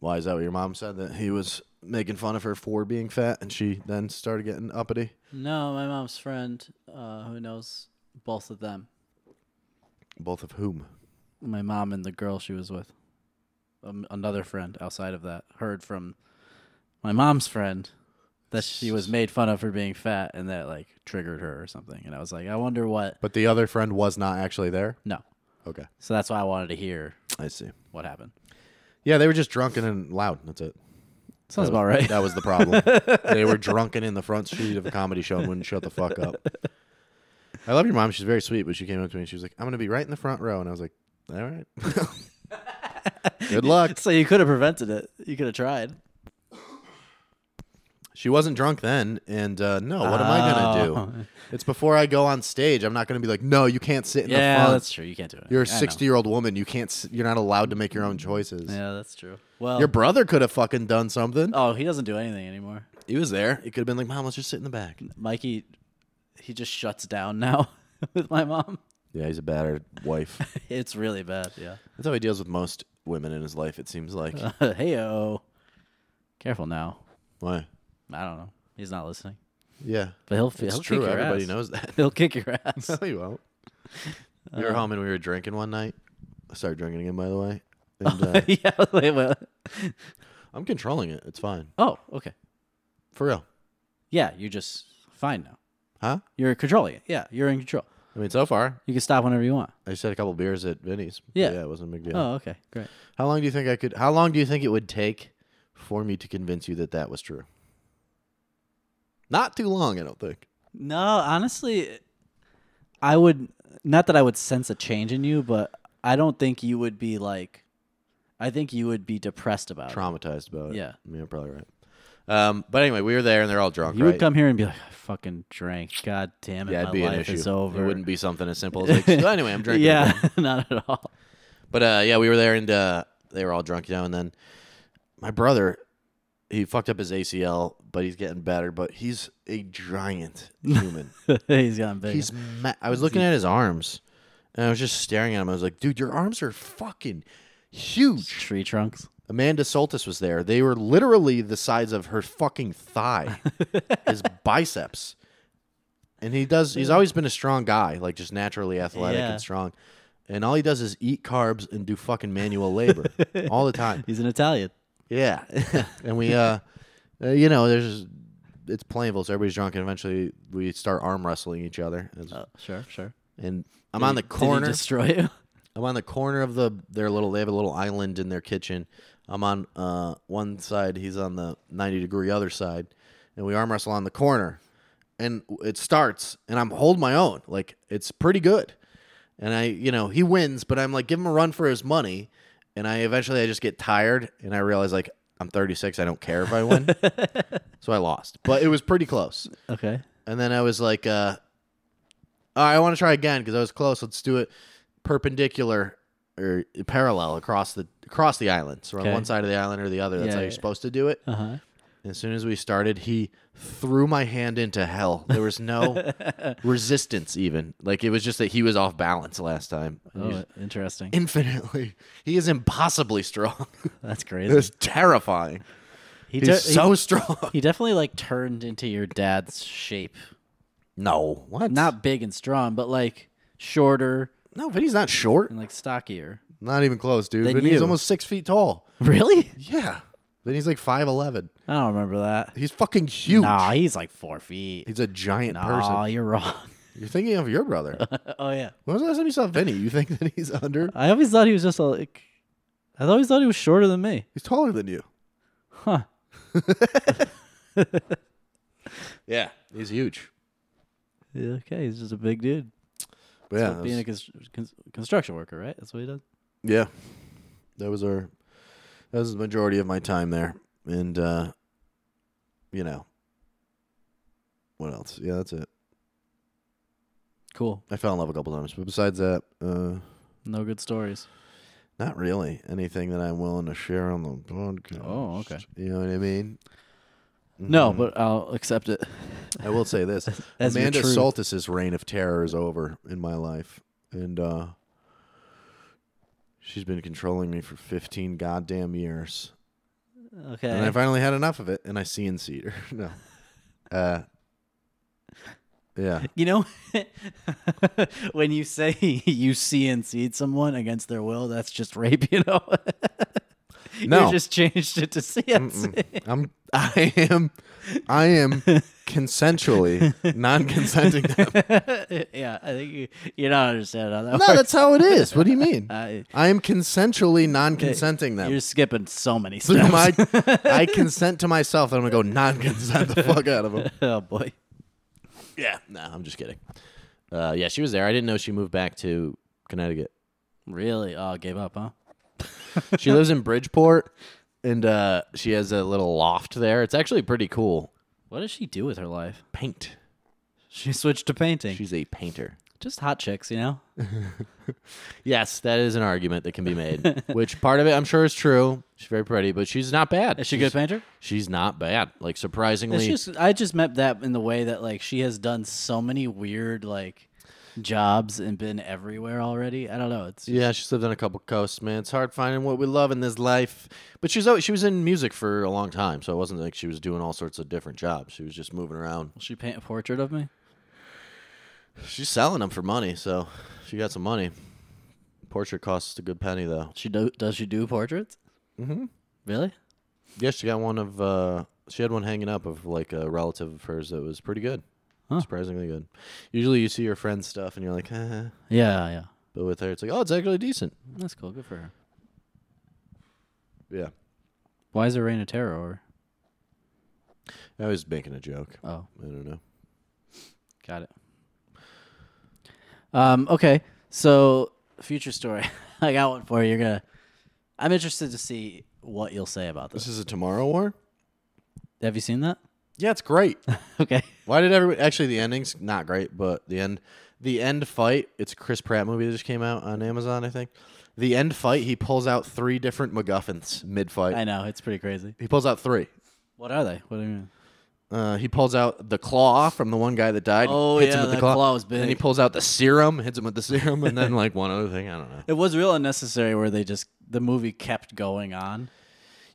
[SPEAKER 3] why is that what your mom said? That he was making fun of her for being fat, and she then started getting uppity.
[SPEAKER 2] No, my mom's friend, uh, who knows both of them,
[SPEAKER 3] Both of whom?
[SPEAKER 2] my mom and the girl she was with, um, another friend outside of that, heard from my mom's friend that she was made fun of for being fat and that like triggered her or something. And I was like, I wonder what.
[SPEAKER 3] But the other friend was not actually there.
[SPEAKER 2] No.
[SPEAKER 3] Okay.
[SPEAKER 2] So that's why I wanted to hear
[SPEAKER 3] I see.
[SPEAKER 2] what happened.
[SPEAKER 3] Yeah, they were just drunken and loud. That's it.
[SPEAKER 2] Sounds about right.
[SPEAKER 3] That was the problem. they were drunken in the front seat of a comedy show and wouldn't shut the fuck up. I love your mom. She's very sweet, but she came up to me and she was like, I'm going to be right in the front row. And I was like, all right. Good luck.
[SPEAKER 2] so you could have prevented it. You could have tried.
[SPEAKER 3] She wasn't drunk then. And uh, no, what am I going
[SPEAKER 2] Oh.
[SPEAKER 3] to do? It's before I go on stage. I'm not going to be like, no, you can't sit in the
[SPEAKER 2] Yeah,
[SPEAKER 3] front.
[SPEAKER 2] that's true. You can't do it.
[SPEAKER 3] You're a
[SPEAKER 2] I know.
[SPEAKER 3] 60 year old woman. You can't, s- you're not allowed to make your own choices.
[SPEAKER 2] Yeah, that's true. Well,
[SPEAKER 3] Your brother could have fucking done something.
[SPEAKER 2] oh, he doesn't do anything anymore.
[SPEAKER 3] He was there. He could have been like, Mom, let's just sit in the back.
[SPEAKER 2] Mikey, he just shuts down now with my mom.
[SPEAKER 3] Yeah, he's a battered wife.
[SPEAKER 2] It's really bad. Yeah.
[SPEAKER 3] That's how he deals with most women in his life, it seems like.
[SPEAKER 2] hey, oh. Careful now.
[SPEAKER 3] Why?
[SPEAKER 2] I don't know. He's not listening.
[SPEAKER 3] Yeah.
[SPEAKER 2] But he'll, he'll
[SPEAKER 3] It's
[SPEAKER 2] kick
[SPEAKER 3] true.
[SPEAKER 2] your
[SPEAKER 3] Everybody
[SPEAKER 2] ass.
[SPEAKER 3] knows that.
[SPEAKER 2] He'll kick your ass.
[SPEAKER 3] no, you won't. We
[SPEAKER 2] Uh.
[SPEAKER 3] were home and we were drinking one night. I started drinking again, by the way. And uh,
[SPEAKER 2] Oh, yeah. Wait, what?
[SPEAKER 3] I'm controlling it. It's fine.
[SPEAKER 2] Oh, okay.
[SPEAKER 3] For real.
[SPEAKER 2] Yeah, you're just fine now.
[SPEAKER 3] Huh?
[SPEAKER 2] You're controlling it. Yeah, you're in control.
[SPEAKER 3] I mean, so far,
[SPEAKER 2] You can stop whenever you want.
[SPEAKER 3] I just had a couple beers at Vinny's. but
[SPEAKER 2] Yeah.
[SPEAKER 3] Yeah, it wasn't a big deal.
[SPEAKER 2] Oh, okay. Great.
[SPEAKER 3] How long do you think I could, how long do you think it would take for me to convince you that that was true? Not too long, I don't think.
[SPEAKER 2] No, honestly, I would not that I would sense a change in you, but I don't think you would be like. I think you would be depressed about it.
[SPEAKER 3] traumatized about it.
[SPEAKER 2] Uh, Yeah.
[SPEAKER 3] yeah, probably right. Um, but anyway, we were there and they're all drunk.
[SPEAKER 2] You
[SPEAKER 3] right?
[SPEAKER 2] would come here and be like, "I fucking drank. God damn it,
[SPEAKER 3] yeah,
[SPEAKER 2] my
[SPEAKER 3] it'd be
[SPEAKER 2] life
[SPEAKER 3] an issue.
[SPEAKER 2] is over."
[SPEAKER 3] It wouldn't be something as simple as like. so anyway, I'm drinking.
[SPEAKER 2] yeah,
[SPEAKER 3] again."
[SPEAKER 2] not at all.
[SPEAKER 3] but uh, yeah, we were there and uh, they were all drunk, you know. And then my brother, he fucked up his ACL, but he's getting better. But he's a giant human.
[SPEAKER 2] He's gotten big.
[SPEAKER 3] He's ma- I was looking at his arms, and I was just staring at him. I was like, dude, your arms are fucking huge.
[SPEAKER 2] tree trunks.
[SPEAKER 3] Amanda Soltis was there. They were literally the size of her fucking thigh, his biceps. And he does, he's always been a strong guy, like just naturally athletic
[SPEAKER 2] Yeah.
[SPEAKER 3] and strong. And all he does is eat carbs and do fucking manual labor all the time.
[SPEAKER 2] He's an Italian.
[SPEAKER 3] Yeah. and we, uh, uh, you know, there's, it's Plainville, so everybody's drunk, and eventually we start arm wrestling each other. It's-
[SPEAKER 2] sure, sure.
[SPEAKER 3] And I'm on the Uh, corner.
[SPEAKER 2] destroy you.
[SPEAKER 3] I'm on the corner of the their little. They have a little island in their kitchen. I'm on uh, one side. He's on the 90 degree other side, and we arm wrestle on the corner. And it starts, and I'm holding my own. Like it's pretty good. And I, you know, he wins, but I'm like, give him a run for his money. And I eventually, I just get tired, and I realize like I'm 36. I don't care if I win, so I lost. But it was pretty close.
[SPEAKER 2] Okay.
[SPEAKER 3] And then I was like, uh, all right, I want to try again because I was close. Let's do it perpendicular or parallel across the across the island. So on
[SPEAKER 2] Okay.
[SPEAKER 3] one side of the island or the other. That's
[SPEAKER 2] Yeah,
[SPEAKER 3] how you're
[SPEAKER 2] yeah.
[SPEAKER 3] supposed to do it.
[SPEAKER 2] Uh huh.
[SPEAKER 3] As soon as we started, he threw my hand into hell. There was no resistance, even. Like it was just that he was off balance last time. And
[SPEAKER 2] Oh,
[SPEAKER 3] he's
[SPEAKER 2] interesting.
[SPEAKER 3] Infinitely, he is impossibly strong.
[SPEAKER 2] That's
[SPEAKER 3] it
[SPEAKER 2] crazy.
[SPEAKER 3] was terrifying.
[SPEAKER 2] He
[SPEAKER 3] He's
[SPEAKER 2] de-
[SPEAKER 3] so
[SPEAKER 2] he,
[SPEAKER 3] strong.
[SPEAKER 2] he definitely like turned into your dad's shape.
[SPEAKER 3] No, what?
[SPEAKER 2] Not big and strong, but like shorter
[SPEAKER 3] no, but he's not short.
[SPEAKER 2] and like stockier.
[SPEAKER 3] Not even close, dude.
[SPEAKER 2] Then
[SPEAKER 3] But he's
[SPEAKER 2] you.
[SPEAKER 3] almost six feet tall.
[SPEAKER 2] Really?
[SPEAKER 3] Yeah. Then he's like five eleven.
[SPEAKER 2] I don't remember that.
[SPEAKER 3] He's fucking huge.
[SPEAKER 2] Nah, he's like four feet.
[SPEAKER 3] He's a giant
[SPEAKER 2] Nah,
[SPEAKER 3] person.
[SPEAKER 2] you're wrong.
[SPEAKER 3] You're thinking of your brother.
[SPEAKER 2] oh yeah.
[SPEAKER 3] when was the last time you saw Vinny? You think that he's under?
[SPEAKER 2] I always thought he was just a, like. I always thought he was shorter than me.
[SPEAKER 3] He's taller than you.
[SPEAKER 2] Huh.
[SPEAKER 3] Yeah, he's huge.
[SPEAKER 2] Yeah, okay, he's just a big dude.
[SPEAKER 3] But yeah, that
[SPEAKER 2] Being
[SPEAKER 3] was-
[SPEAKER 2] a constr- cons- construction worker, right? That's what he does.
[SPEAKER 3] yeah, that was our that was the majority of my time there, and uh you know, what else? Yeah, that's it.
[SPEAKER 2] Cool.
[SPEAKER 3] I fell in love a couple times, but besides that, uh
[SPEAKER 2] No good stories.
[SPEAKER 3] not really anything that I'm willing to share on the podcast.
[SPEAKER 2] Oh, okay.
[SPEAKER 3] You know what I mean?
[SPEAKER 2] No,
[SPEAKER 3] Mhm.
[SPEAKER 2] but I'll accept it.
[SPEAKER 3] I will say this:
[SPEAKER 2] As your
[SPEAKER 3] Amanda
[SPEAKER 2] truth.
[SPEAKER 3] Soltis's reign of terror is over in my life, and uh, she's been controlling me for fifteen goddamn years,
[SPEAKER 2] Okay.
[SPEAKER 3] and I finally had enough of it, and I CNC'd her. no, uh, yeah,
[SPEAKER 2] you know, when you say you CNC'd someone against their will, that's just rape, you know?
[SPEAKER 3] No.
[SPEAKER 2] You just changed it to CNC.
[SPEAKER 3] I'm, I am, I am consensually non-consenting. to-
[SPEAKER 2] yeah, I think you, you don't understand how that
[SPEAKER 3] No, that's how it is. What do you mean? Eh,
[SPEAKER 2] I-
[SPEAKER 3] I am consensually non-consenting them.
[SPEAKER 2] You're skipping so many
[SPEAKER 3] So
[SPEAKER 2] steps.
[SPEAKER 3] my- I consent to myself, and I'm gonna go non-consent the fuck out of them.
[SPEAKER 2] oh, boy.
[SPEAKER 3] Yeah. No, I'm just kidding. Uh, yeah, she was there. I didn't know she moved back to Connecticut.
[SPEAKER 2] Really? Oh, gave up, huh?
[SPEAKER 3] She lives in Bridgeport, and uh, she has a little loft there. It's actually pretty cool.
[SPEAKER 2] What does she do with her life?
[SPEAKER 3] Paint.
[SPEAKER 2] She switched to painting.
[SPEAKER 3] She's a painter.
[SPEAKER 2] just hot chicks, you know?
[SPEAKER 3] Yes, that is an argument that can be made. which part of it I'm sure is true. She's very pretty, but she's not bad.
[SPEAKER 2] Is she a
[SPEAKER 3] she's,
[SPEAKER 2] good painter?
[SPEAKER 3] She's not bad. Like
[SPEAKER 2] It's
[SPEAKER 3] surprisingly,
[SPEAKER 2] just I just meant that in the way that like she has done so many weird like jobs and been everywhere already. I don't know. It's
[SPEAKER 3] Yeah, she's lived on a couple coasts, man. It's hard finding what we love in this life. But she's always, she was in music for a long time, so it wasn't like she was doing all sorts of different jobs. She was just moving around.
[SPEAKER 2] will she paint a portrait of me?
[SPEAKER 3] She's selling them for money, so she got some money. Portrait costs a good penny though.
[SPEAKER 2] She do, does she do portraits? Mm-hmm. Really?
[SPEAKER 3] Yes, she got one of uh she had one hanging up of like a relative of hers that was pretty good. Surprisingly good. Usually you see your friend's stuff and you're like, eh.
[SPEAKER 2] Yeah, yeah.
[SPEAKER 3] but with her it's like, oh, it's actually decent.
[SPEAKER 2] That's cool. Good for her.
[SPEAKER 3] Yeah.
[SPEAKER 2] Why is there rain of terror? Or
[SPEAKER 3] I was making a joke.
[SPEAKER 2] oh,
[SPEAKER 3] I don't know.
[SPEAKER 2] got it. Um. Okay. So future story. I got one for you. You're gonna. I'm interested to see what you'll say about
[SPEAKER 3] This
[SPEAKER 2] this.
[SPEAKER 3] is a tomorrow war?
[SPEAKER 2] Have you seen that?
[SPEAKER 3] Yeah, it's great.
[SPEAKER 2] Okay.
[SPEAKER 3] Why did everyone? Actually, the ending's not great, but the end, the end fight. It's a Chris Pratt movie that just came out on Amazon, I think. The end fight. He pulls out three different MacGuffins mid
[SPEAKER 2] I
[SPEAKER 3] fight.
[SPEAKER 2] know it's pretty crazy.
[SPEAKER 3] He pulls out three.
[SPEAKER 2] What are they? What do you mean?
[SPEAKER 3] Uh, he pulls out the claw from the one guy that died.
[SPEAKER 2] Oh,
[SPEAKER 3] hits
[SPEAKER 2] yeah,
[SPEAKER 3] him with
[SPEAKER 2] that
[SPEAKER 3] the claw.
[SPEAKER 2] claw was
[SPEAKER 3] And he
[SPEAKER 2] big.
[SPEAKER 3] pulls out the serum, hits him with the serum, and then like one other thing. I don't know.
[SPEAKER 2] It was real unnecessary where they just the movie kept going on.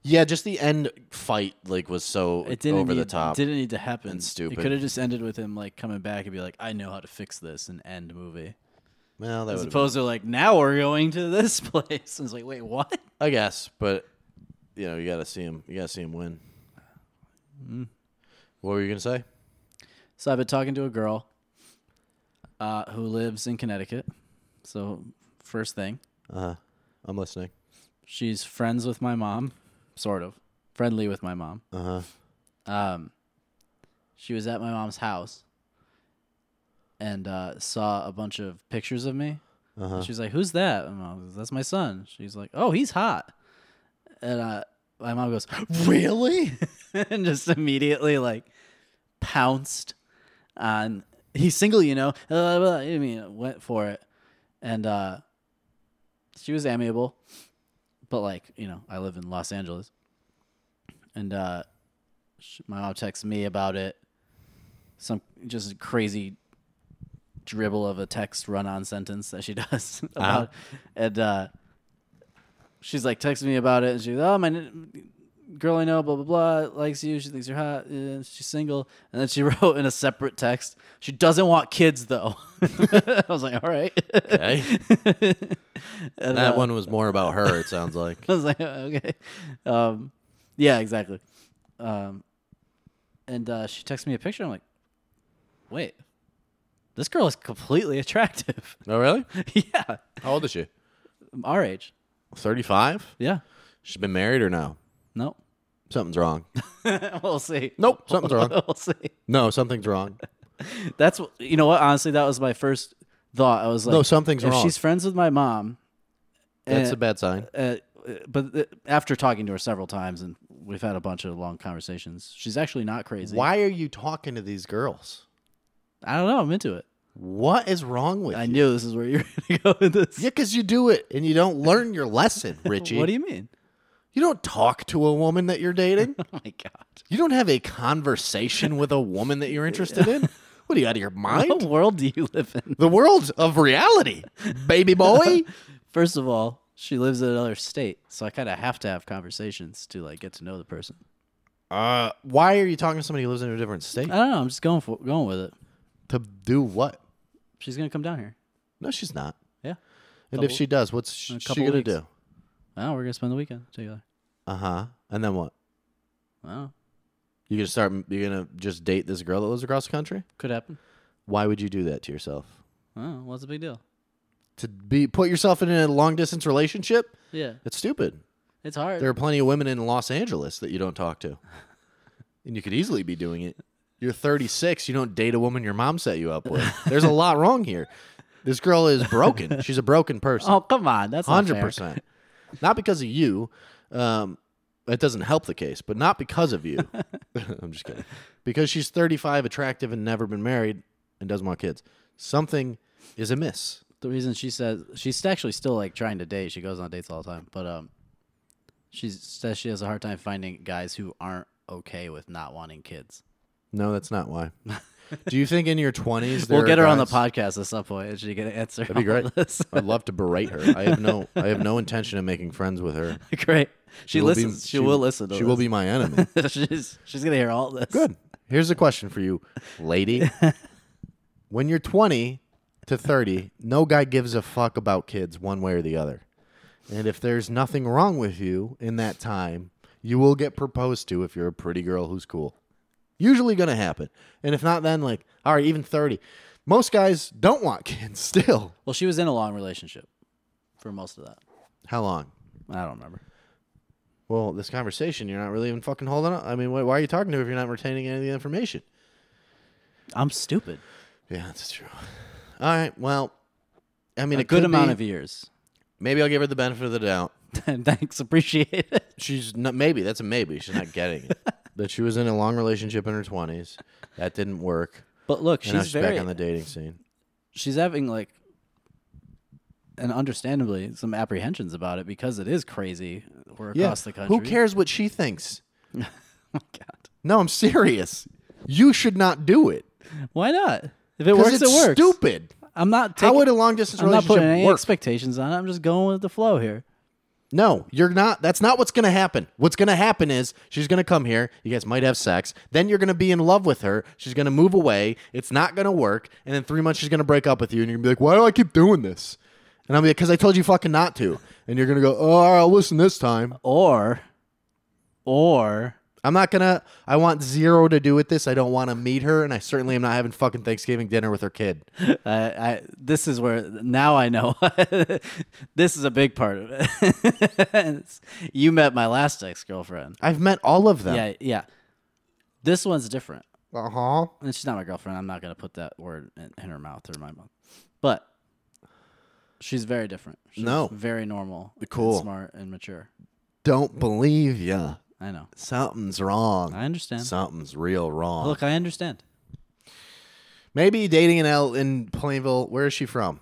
[SPEAKER 3] Yeah, just the end fight like was so
[SPEAKER 2] It didn't
[SPEAKER 3] over
[SPEAKER 2] need,
[SPEAKER 3] the top.
[SPEAKER 2] Didn't need to happen.
[SPEAKER 3] and stupid.
[SPEAKER 2] It could have just ended with him like coming back and be like, "I know how to fix this," and end movie.
[SPEAKER 3] well, that
[SPEAKER 2] As
[SPEAKER 3] was
[SPEAKER 2] opposed to like, now we're going to this place. And it's like, wait, what?
[SPEAKER 3] I guess, but you know, you gotta see him. You gotta see him win.
[SPEAKER 2] Mm.
[SPEAKER 3] What were you gonna say?
[SPEAKER 2] So I've been talking to a girl uh, who lives in Connecticut. So first thing,
[SPEAKER 3] Uh, I'm listening.
[SPEAKER 2] she's friends with my mom, sort of friendly with my mom.
[SPEAKER 3] Uh huh.
[SPEAKER 2] um, she was at my mom's house and uh, saw a bunch of pictures of me. And She was like, "Who's that?" And I was, "That's my son." She's like, "Oh, he's hot." And uh, my mom goes, "Really?" and just immediately like pounced on. He's single, you know. blah, blah, blah. I mean, went for it, and uh, she was amiable, but like you know, I live in Los Angeles, and uh, She- My mom texts me about it. Some just crazy dribble of a text run-on sentence that she does about, and uh, she's like texting me about it, and she's oh my n- girl I know blah blah blah likes you, she thinks you're hot, uh, she's single, and then she wrote in a separate text she doesn't want kids though. I was like, all right,
[SPEAKER 3] Okay.
[SPEAKER 2] And, uh,
[SPEAKER 3] that one was more about her, it sounds like.
[SPEAKER 2] I was like, "Oh, okay, um, yeah, exactly. Um, and uh, she texted me a picture. I'm like, wait, this girl is completely attractive.
[SPEAKER 3] Oh, really?
[SPEAKER 2] yeah,
[SPEAKER 3] How old is she?
[SPEAKER 2] our age.
[SPEAKER 3] 35?
[SPEAKER 2] Yeah,
[SPEAKER 3] She's been married or no?
[SPEAKER 2] no,
[SPEAKER 3] Something's wrong.
[SPEAKER 2] we'll see.
[SPEAKER 3] Nope, something's wrong.
[SPEAKER 2] we'll see.
[SPEAKER 3] No, something's wrong.
[SPEAKER 2] That's wh- you know what. Honestly, that was my first thought. I was like,
[SPEAKER 3] No, something's
[SPEAKER 2] if
[SPEAKER 3] wrong.
[SPEAKER 2] She's friends with my mom.
[SPEAKER 3] That's
[SPEAKER 2] eh,
[SPEAKER 3] a bad sign.
[SPEAKER 2] uh, but th- after talking to her several times and we've had a bunch of long conversations, she's actually not crazy.
[SPEAKER 3] Why are you talking to these girls?
[SPEAKER 2] I don't know. I'm into it.
[SPEAKER 3] What is wrong with
[SPEAKER 2] I
[SPEAKER 3] you?
[SPEAKER 2] knew this is where you're going to go with this.
[SPEAKER 3] Yeah, because you do it and you don't learn your lesson, Richie.
[SPEAKER 2] What do you mean?
[SPEAKER 3] You don't talk to a woman that you're dating.
[SPEAKER 2] Oh my god!
[SPEAKER 3] You don't have a conversation with a woman that you're interested in. What are you out of your
[SPEAKER 2] What
[SPEAKER 3] mind?
[SPEAKER 2] world do you live in?
[SPEAKER 3] The world of reality, baby boy.
[SPEAKER 2] First of all, she lives in another state, so I kind of have to have conversations to like get to know the person.
[SPEAKER 3] Uh, why are you talking to somebody who lives in a different state?
[SPEAKER 2] I don't know. I'm just going for going with it.
[SPEAKER 3] To do what?
[SPEAKER 2] She's gonna come down here.
[SPEAKER 3] No, she's not.
[SPEAKER 2] Yeah.
[SPEAKER 3] And if
[SPEAKER 2] Couple-
[SPEAKER 3] she does, what's sh-
[SPEAKER 2] a
[SPEAKER 3] she
[SPEAKER 2] couple
[SPEAKER 3] gonna
[SPEAKER 2] weeks.
[SPEAKER 3] do?
[SPEAKER 2] Oh, we're gonna spend the weekend together.
[SPEAKER 3] Uh huh. And then what?
[SPEAKER 2] Oh,
[SPEAKER 3] You gonna start? You gonna just date this girl that lives across the country?
[SPEAKER 2] could happen.
[SPEAKER 3] Why would you do that to yourself?
[SPEAKER 2] Oh, what's the big deal?
[SPEAKER 3] To be put yourself in a long distance relationship?
[SPEAKER 2] Yeah,
[SPEAKER 3] It's stupid.
[SPEAKER 2] it's hard.
[SPEAKER 3] There are plenty of women in Los Angeles that you don't talk to. And you could easily be doing it. You're 36, you don't date a woman your mom set you up with. There's a lot wrong here. This girl is broken. She's a broken person.
[SPEAKER 2] oh, come on. That's not fair.
[SPEAKER 3] 100%. Not because of you. Um, it doesn't help the case, but not because of you. I'm just kidding. Because she's 35, attractive, and never been married and doesn't want kids. Something is amiss.
[SPEAKER 2] the reason she says she's actually still like trying to date. She goes on dates all the time, but um, she says she has a hard time finding guys who aren't okay with not wanting kids.
[SPEAKER 3] No, that's not why. Do you think in your 20s there
[SPEAKER 2] We'll
[SPEAKER 3] are
[SPEAKER 2] get her on the
[SPEAKER 3] guys-
[SPEAKER 2] podcast at some point, and she can answer.
[SPEAKER 3] That'd be
[SPEAKER 2] all
[SPEAKER 3] great.
[SPEAKER 2] This.
[SPEAKER 3] I'd love to berate her. I have no I have no intention of making friends with her.
[SPEAKER 2] great. She,
[SPEAKER 3] will be-
[SPEAKER 2] listens. she, will listen. To
[SPEAKER 3] she will be my enemy.
[SPEAKER 2] be. she's she's gonna hear all this.
[SPEAKER 3] Good. Here's a question for you, lady. when you're 20 to 30, no guy gives a fuck about kids one way or the other. And if there's nothing wrong with you in that time, you will get proposed to if you're a pretty girl who's cool. Usually going to happen. And if not then like all right, even 30. Most guys don't want kids still.
[SPEAKER 2] Well, she was in a long relationship for most of that.
[SPEAKER 3] How long?
[SPEAKER 2] I don't remember.
[SPEAKER 3] well, this conversation, you're not really even fucking holding on. I mean, why, why are you talking to her if you're not retaining any of the information?
[SPEAKER 2] I'm stupid.
[SPEAKER 3] Yeah, that's true. All right, well, I mean,
[SPEAKER 2] A
[SPEAKER 3] it
[SPEAKER 2] good
[SPEAKER 3] could
[SPEAKER 2] amount
[SPEAKER 3] be-
[SPEAKER 2] of years.
[SPEAKER 3] Maybe I'll give her the benefit of the doubt.
[SPEAKER 2] Thanks, appreciate it.
[SPEAKER 3] She's not, maybe that's a maybe. She's not getting it. that she was in a long relationship in her twenties, that didn't work.
[SPEAKER 2] But look,
[SPEAKER 3] And now
[SPEAKER 2] she's
[SPEAKER 3] she's
[SPEAKER 2] very
[SPEAKER 3] back on the dating scene.
[SPEAKER 2] she's having like and understandably some apprehensions about it because it is crazy we're across the country
[SPEAKER 3] Who cares what she thinks?
[SPEAKER 2] oh my god
[SPEAKER 3] No, I'm serious. You should not do it.
[SPEAKER 2] why not if it
[SPEAKER 3] 'Cause
[SPEAKER 2] works
[SPEAKER 3] it's
[SPEAKER 2] it works
[SPEAKER 3] stupid.
[SPEAKER 2] i'm not
[SPEAKER 3] How
[SPEAKER 2] taking,
[SPEAKER 3] would a long distance
[SPEAKER 2] i'm not
[SPEAKER 3] relationship
[SPEAKER 2] putting any
[SPEAKER 3] work?
[SPEAKER 2] expectations on it i'm just going with the flow here
[SPEAKER 3] No, you're not. That's not what's going to happen. What's going to happen is she's going to come here. You guys might have sex. Then you're going to be in love with her. She's going to move away. It's not going to work. And in three months, she's going to break up with you. And you're going to be like, why do I keep doing this? And I'll be like, because I told you fucking not to. And you're going to go, oh, all right, I'll listen this time.
[SPEAKER 2] or or
[SPEAKER 3] I'm not going to, I want zero to do with this. I don't want to meet her. And I certainly am not having fucking Thanksgiving dinner with her kid.
[SPEAKER 2] I, I this is where now I know this is a big part of it. It's- you met my last ex girlfriend.
[SPEAKER 3] I've met all of them.
[SPEAKER 2] Yeah, yeah. This one's different.
[SPEAKER 3] Uh huh.
[SPEAKER 2] and she's not my girlfriend. I'm not gonna put that word in, in her mouth or my mouth, but she's very different. She's
[SPEAKER 3] No.
[SPEAKER 2] very normal, and
[SPEAKER 3] Cool.
[SPEAKER 2] smart, and mature.
[SPEAKER 3] Don't believe ya.
[SPEAKER 2] I know.
[SPEAKER 3] Something's wrong.
[SPEAKER 2] I understand.
[SPEAKER 3] Something's real wrong.
[SPEAKER 2] Look, I understand.
[SPEAKER 3] Maybe dating an L in Plainville. Where is she from?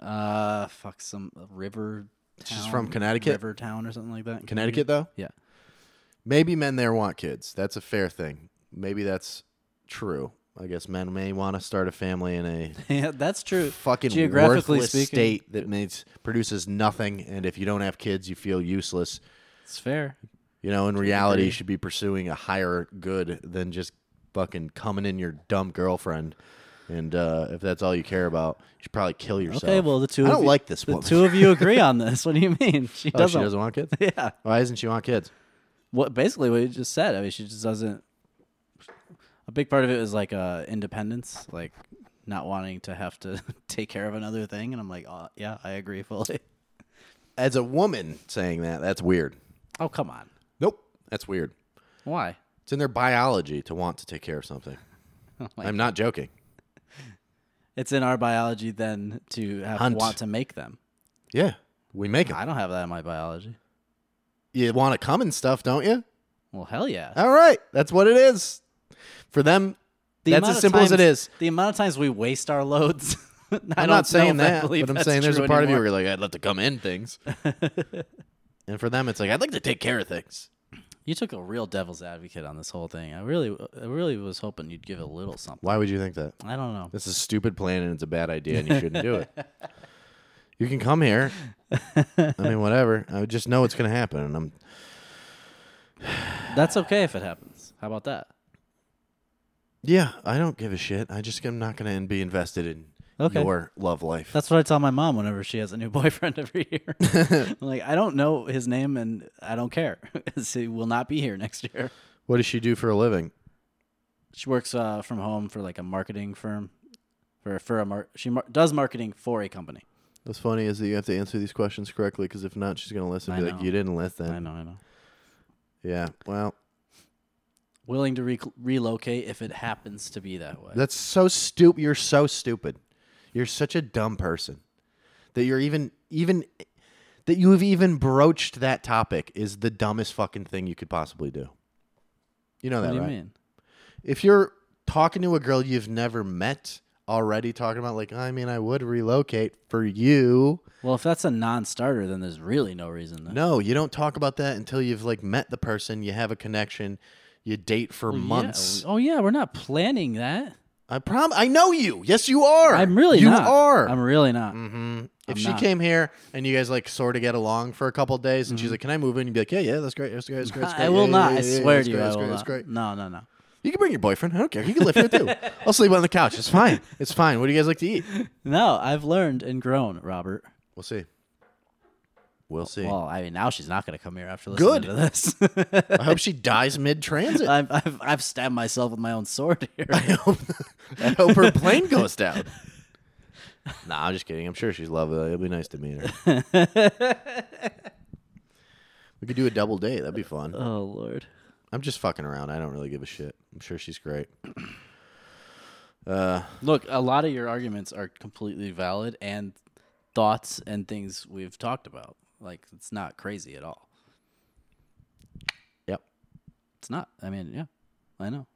[SPEAKER 2] Uh, fuck some river.
[SPEAKER 3] She's
[SPEAKER 2] town-
[SPEAKER 3] from Connecticut?
[SPEAKER 2] river town or something like that. in
[SPEAKER 3] Connecticut, though.
[SPEAKER 2] Yeah,
[SPEAKER 3] Maybe men there want kids. That's a fair thing. Maybe that's true. I guess men may want to start a family in a
[SPEAKER 2] yeah, that's true.
[SPEAKER 3] fucking
[SPEAKER 2] Geographically
[SPEAKER 3] worthless
[SPEAKER 2] speaking,
[SPEAKER 3] state that makes produces nothing, and if you don't have kids, you feel useless.
[SPEAKER 2] It's fair.
[SPEAKER 3] You know, in reality, you should be pursuing a higher good than just fucking coming in your dumb girlfriend. And uh, if that's all you care about, you should probably kill yourself.
[SPEAKER 2] Okay, well the two
[SPEAKER 3] I
[SPEAKER 2] of
[SPEAKER 3] don't
[SPEAKER 2] you,
[SPEAKER 3] like this
[SPEAKER 2] The
[SPEAKER 3] woman.
[SPEAKER 2] two of you agree on this. What do you mean? She
[SPEAKER 3] oh,
[SPEAKER 2] doesn't.
[SPEAKER 3] she doesn't want kids.
[SPEAKER 2] Yeah.
[SPEAKER 3] Why doesn't she want kids?
[SPEAKER 2] What basically what you just said. I mean, she just doesn't. A big part of it was like uh, independence, like not wanting to have to take care of another thing. And I'm like, oh, yeah, I agree fully.
[SPEAKER 3] As a woman saying that, that's weird.
[SPEAKER 2] Oh come on,
[SPEAKER 3] Nope, that's weird.
[SPEAKER 2] why?
[SPEAKER 3] It's in their biology to want to take care of something.
[SPEAKER 2] my
[SPEAKER 3] I'm not joking.
[SPEAKER 2] It's in our biology then to have
[SPEAKER 3] Hunt.
[SPEAKER 2] want to make them.
[SPEAKER 3] Yeah, we make
[SPEAKER 2] I
[SPEAKER 3] them.
[SPEAKER 2] don't have that in my biology.
[SPEAKER 3] You want to come and stuff, don't you?
[SPEAKER 2] Well, hell yeah.
[SPEAKER 3] All right, that's what it is. For them,
[SPEAKER 2] The
[SPEAKER 3] that's
[SPEAKER 2] amount
[SPEAKER 3] as
[SPEAKER 2] of
[SPEAKER 3] simple as it
[SPEAKER 2] times-
[SPEAKER 3] is.
[SPEAKER 2] The amount of times we waste our loads. I
[SPEAKER 3] I'm
[SPEAKER 2] don't know
[SPEAKER 3] not
[SPEAKER 2] if
[SPEAKER 3] saying
[SPEAKER 2] I
[SPEAKER 3] that,
[SPEAKER 2] believe
[SPEAKER 3] but I'm
[SPEAKER 2] that's
[SPEAKER 3] saying there's a
[SPEAKER 2] true
[SPEAKER 3] part of you
[SPEAKER 2] anymore.
[SPEAKER 3] where you're like, I'd love to come in things. and for them, it's like, I'd like to take care of things.
[SPEAKER 2] You took a real devil's advocate on this whole thing. I really, I really was hoping you'd give a little something.
[SPEAKER 3] Why would you think that?
[SPEAKER 2] I don't know.
[SPEAKER 3] This is a stupid plan and it's a bad idea and you shouldn't do it. You can come here. I mean, whatever. I just know it's going to happen. And I'm,
[SPEAKER 2] That's okay if it happens. How about that?
[SPEAKER 3] yeah, I don't give a shit. I just am not going to be invested in
[SPEAKER 2] Okay.
[SPEAKER 3] your love life.
[SPEAKER 2] That's what I tell my mom whenever she has a new boyfriend every year. I'm like, I don't know his name and I don't care. he will not be here next year.
[SPEAKER 3] what does she do for a living?
[SPEAKER 2] She works uh, from home for like a marketing firm, for for a mar- she mar- does marketing for a company.
[SPEAKER 3] What's funny is that you have to answer these questions correctly because if not, she's going to listen and
[SPEAKER 2] I
[SPEAKER 3] be like,
[SPEAKER 2] know.
[SPEAKER 3] you didn't listen.
[SPEAKER 2] I know, I know.
[SPEAKER 3] Yeah. Well,
[SPEAKER 2] Willing to re- relocate if it happens to be that way.
[SPEAKER 3] That's so stupid. You're so stupid. You're such a dumb person that you're even even that you have even broached that topic is the dumbest fucking thing you could possibly do. You know
[SPEAKER 2] what
[SPEAKER 3] that,
[SPEAKER 2] do you
[SPEAKER 3] right?
[SPEAKER 2] mean?
[SPEAKER 3] If you're talking to a girl you've never met already, talking about like, I mean, I would relocate for you.
[SPEAKER 2] Well, if that's a non-starter, then there's really no reason. To-
[SPEAKER 3] No, you don't talk about that until you've like met the person, you have a connection, you date for months.
[SPEAKER 2] Yeah. Oh yeah, we're not planning that.
[SPEAKER 3] I prom. I know you. Yes, you are.
[SPEAKER 2] I'm really
[SPEAKER 3] you
[SPEAKER 2] not.
[SPEAKER 3] are. Mm-hmm.
[SPEAKER 2] I'm really not.
[SPEAKER 3] If
[SPEAKER 2] I'm
[SPEAKER 3] she
[SPEAKER 2] not.
[SPEAKER 3] came here and you guys like sort of get along for a couple of days, and she's like, "Can I move in?" You'd be like, "Yeah, yeah, that's great, that's great, that's great." That's great.
[SPEAKER 2] Mm-hmm. I will
[SPEAKER 3] yeah,
[SPEAKER 2] not.
[SPEAKER 3] yeah,
[SPEAKER 2] I
[SPEAKER 3] yeah, yeah,
[SPEAKER 2] swear
[SPEAKER 3] that's
[SPEAKER 2] to you,
[SPEAKER 3] great,
[SPEAKER 2] I
[SPEAKER 3] that's
[SPEAKER 2] will
[SPEAKER 3] great, that's
[SPEAKER 2] not.
[SPEAKER 3] great.
[SPEAKER 2] No, no, no.
[SPEAKER 3] You can bring your boyfriend. I don't care. He can live here too. I'll sleep on the couch. It's fine. It's fine. What do you guys like to eat?
[SPEAKER 2] No, I've learned and grown, Robert.
[SPEAKER 3] We'll see. We'll see.
[SPEAKER 2] Well, I mean, now she's not going to come here after listening
[SPEAKER 3] Good.
[SPEAKER 2] to this.
[SPEAKER 3] I hope she dies mid-transit.
[SPEAKER 2] I've, I've, I've stabbed myself with my own sword here.
[SPEAKER 3] I hope. I hope her plane goes down. Nah, I'm just kidding. I'm sure she's lovely. It'll be nice to meet her. we could do a double date. That'd be fun.
[SPEAKER 2] oh, Lord.
[SPEAKER 3] I'm just fucking around. I don't really give a shit. I'm sure she's great. Uh,
[SPEAKER 2] Look, a lot of your arguments are completely valid and thoughts and things we've talked about. Like, it's not crazy at all.
[SPEAKER 3] Yep.
[SPEAKER 2] It's not. I mean, yeah, I know.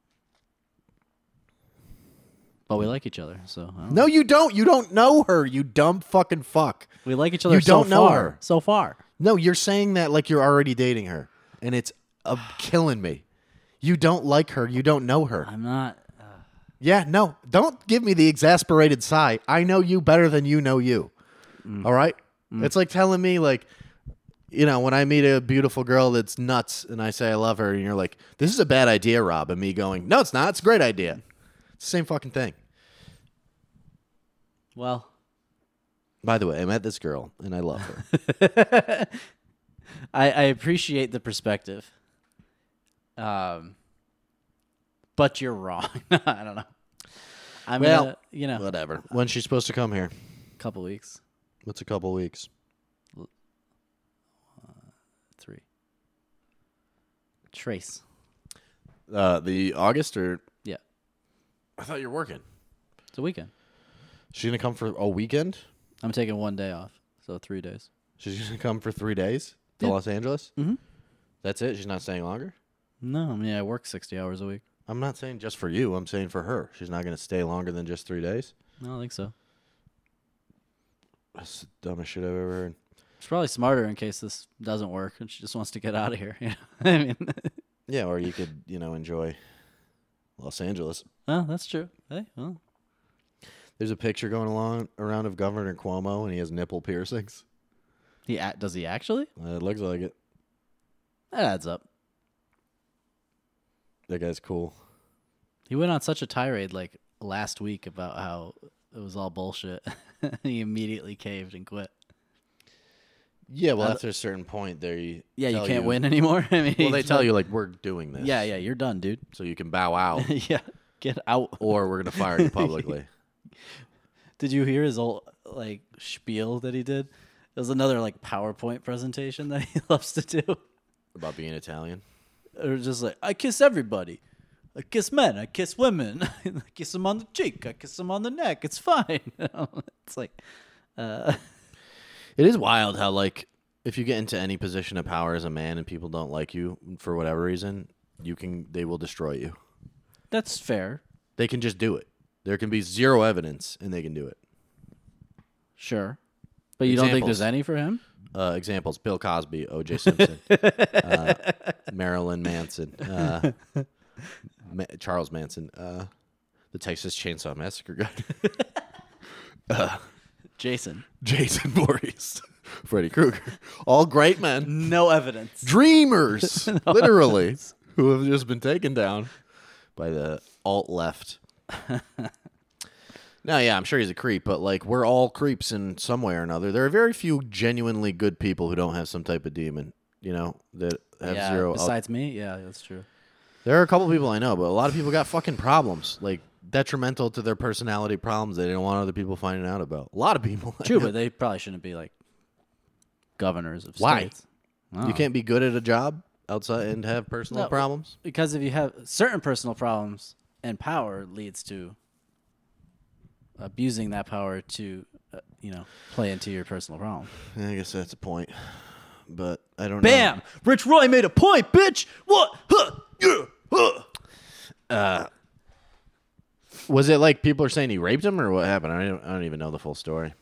[SPEAKER 2] But we like each other, so I don't know.
[SPEAKER 3] No, you don't. You don't know her. You dumb fucking fuck.
[SPEAKER 2] we like each other.
[SPEAKER 3] You
[SPEAKER 2] so
[SPEAKER 3] don't know
[SPEAKER 2] far,
[SPEAKER 3] her.
[SPEAKER 2] so far.
[SPEAKER 3] No, you're saying that like you're already dating her, and it's uh, killing me. You don't like her. You don't know her.
[SPEAKER 2] I'm not.
[SPEAKER 3] Yeah, no. Don't give me the exasperated sigh. I know you better than you know you. All right? It's like telling me like you know, when I meet a beautiful girl that's nuts and I say I love her and you're like, "This is a bad idea, Rob." And me going, "No, it's not. It's a great idea." It's the same fucking thing.
[SPEAKER 2] Well,
[SPEAKER 3] By the way, I met this girl and I love her.
[SPEAKER 2] I, I appreciate the perspective. Um, but you're wrong. I don't know. I'm
[SPEAKER 3] Well,
[SPEAKER 2] gonna, you know,
[SPEAKER 3] Whatever. When's she supposed to come here?
[SPEAKER 2] couple weeks,
[SPEAKER 3] What's a couple weeks?
[SPEAKER 2] three. Trace,
[SPEAKER 3] Uh, the August or
[SPEAKER 2] yeah,
[SPEAKER 3] I thought you're working.
[SPEAKER 2] it's a weekend.
[SPEAKER 3] She's gonna come for a weekend.
[SPEAKER 2] I'm taking one day off, so three days.
[SPEAKER 3] She's gonna come for three days to
[SPEAKER 2] Yeah.
[SPEAKER 3] Los Angeles. Mm-hmm. That's it. She's not staying longer.
[SPEAKER 2] No, I mean I work sixty hours a week.
[SPEAKER 3] I'm not saying just for you. I'm saying for her. She's not going to stay longer than just three days.
[SPEAKER 2] I don't think so.
[SPEAKER 3] That's the dumbest shit I've ever heard.
[SPEAKER 2] It's probably smarter in case this doesn't work, and she just wants to get out of here. You know, I mean,
[SPEAKER 3] Yeah, or you could, you know, enjoy Los Angeles.
[SPEAKER 2] Oh, that's true. Hey, well,
[SPEAKER 3] There's a picture going along around of Governor Cuomo, and he has nipple piercings.
[SPEAKER 2] he a- does he actually?
[SPEAKER 3] Uh, It looks like it.
[SPEAKER 2] That adds up.
[SPEAKER 3] That guy's cool.
[SPEAKER 2] He went on such a tirade like last week about how it was all bullshit. he immediately caved and quit.
[SPEAKER 3] Yeah, well,
[SPEAKER 2] Uh,
[SPEAKER 3] after a certain point, they
[SPEAKER 2] Yeah, you
[SPEAKER 3] tell
[SPEAKER 2] can't win anymore. I mean,
[SPEAKER 3] Well, they tell you like we're doing this.
[SPEAKER 2] Yeah, yeah, you're done, dude.
[SPEAKER 3] So you can bow out,
[SPEAKER 2] yeah, get out.
[SPEAKER 3] or we're gonna fire you publicly.
[SPEAKER 2] Did you hear his old like spiel that he did? It was another like PowerPoint presentation that he loves to do.
[SPEAKER 3] About being Italian.
[SPEAKER 2] It was just like I kiss everybody. I kiss men. I kiss women. I kiss them on the cheek. I kiss them on the neck. It's fine. it's like, uh,
[SPEAKER 3] It is wild how like if you get into any position of power as a man and people don't like you for whatever reason, you can they will destroy you.
[SPEAKER 2] that's fair.
[SPEAKER 3] They can just do it. There can be zero evidence, and they can do it.
[SPEAKER 2] Sure. But you don't think
[SPEAKER 3] Examples.
[SPEAKER 2] there's any for him?
[SPEAKER 3] Uh, examples: Bill Cosby, O.J. Simpson, uh, Marilyn Manson, uh, Ma- Charles Manson, uh, the Texas Chainsaw Massacre guy,
[SPEAKER 2] Jason.
[SPEAKER 3] Jason Voorhees, Freddy Krueger, all great men,
[SPEAKER 2] No evidence.
[SPEAKER 3] dreamers, literally, who have just been taken down by the alt left. no, yeah, I'm sure he's a creep, but like we're all creeps in some way or another. There are very few genuinely good people who don't have some type of demon, you know, that have
[SPEAKER 2] yeah,
[SPEAKER 3] zero.
[SPEAKER 2] besides me? Yeah, that's true.
[SPEAKER 3] there are a couple people I know, but a lot of people got fucking problems, like detrimental to their personality problems they didn't want other people finding out about. A lot of people. I
[SPEAKER 2] True,
[SPEAKER 3] know.
[SPEAKER 2] but they probably shouldn't be like governors of
[SPEAKER 3] Why?
[SPEAKER 2] states.
[SPEAKER 3] you can't be good at a job outside and have personal
[SPEAKER 2] No.
[SPEAKER 3] problems.
[SPEAKER 2] Because if you have certain personal problems and power leads to abusing that power to, uh, you know, play into your personal problem.
[SPEAKER 3] I guess that's a point. But I don't know.
[SPEAKER 2] Bam! Rich Roy made a point, bitch! What? Huh!
[SPEAKER 3] Yeah. Huh. Uh, was it like people are saying he raped him or what happened? I don't, I don't even know the full story.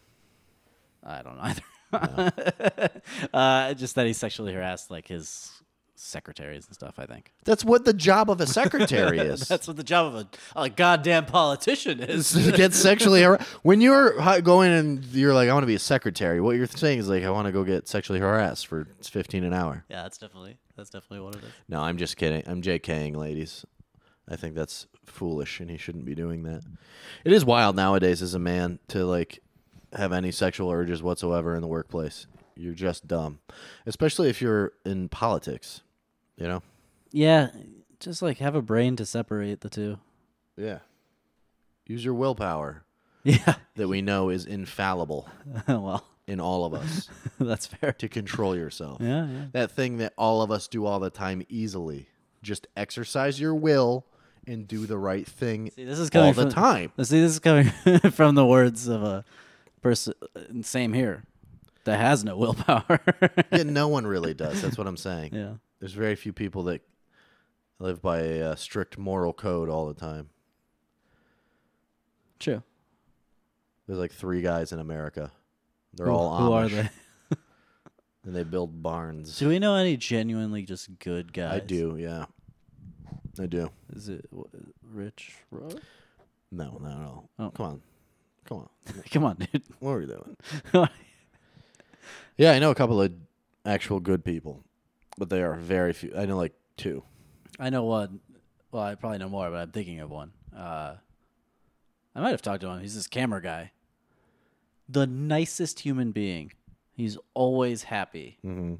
[SPEAKER 2] I don't know either. uh, just that he sexually harassed like his secretaries and stuff, I think.
[SPEAKER 3] That's what the job of a secretary is.
[SPEAKER 2] That's what the job of a, a goddamn politician is.
[SPEAKER 3] to get sexually harassed. When you're hi- going and you're like, I want to be a secretary, what you're saying is like, I want to go get sexually harassed for 15 an hour.
[SPEAKER 2] yeah, that's definitely that's definitely what it is.
[SPEAKER 3] No, I'm just kidding. I'm JKing, ladies. I think that's foolish, and he shouldn't be doing that. It is wild nowadays as a man to like have any sexual urges whatsoever in the workplace. You're just dumb, especially if you're in politics. You know?
[SPEAKER 2] Yeah, just like have a brain to separate the two.
[SPEAKER 3] Yeah. Use your willpower
[SPEAKER 2] Yeah.
[SPEAKER 3] that we know is infallible
[SPEAKER 2] well,
[SPEAKER 3] in all of us
[SPEAKER 2] that's fair.
[SPEAKER 3] to control yourself.
[SPEAKER 2] Yeah, yeah.
[SPEAKER 3] That thing that all of us do all the time easily. Just exercise your will and do the right thing
[SPEAKER 2] See, this is coming
[SPEAKER 3] all the
[SPEAKER 2] from,
[SPEAKER 3] time.
[SPEAKER 2] See, this is coming from the words of a person. Same here, that has no willpower.
[SPEAKER 3] yeah, no one really does. That's what I'm saying.
[SPEAKER 2] yeah.
[SPEAKER 3] There's very few people that live by a uh, strict moral code all the time.
[SPEAKER 2] True.
[SPEAKER 3] There's like three guys in America. They're all
[SPEAKER 2] who are
[SPEAKER 3] Amish,
[SPEAKER 2] they?
[SPEAKER 3] and they build barns.
[SPEAKER 2] Do we know any genuinely just good guys?
[SPEAKER 3] I do, yeah, I do.
[SPEAKER 2] Is it wh- Rich Roy?
[SPEAKER 3] No, not at all.
[SPEAKER 2] Oh.
[SPEAKER 3] Come on, come on.
[SPEAKER 2] Come on, dude.
[SPEAKER 3] What are we doing?
[SPEAKER 2] yeah,
[SPEAKER 3] Yeah, I know a couple of actual good people, but they are very few. I know like two.
[SPEAKER 2] I know one. Well, I probably know more, but I'm thinking of one. Uh, I might have talked to him. He's this camera guy. The nicest human being. He's always happy.
[SPEAKER 3] Mm-hmm.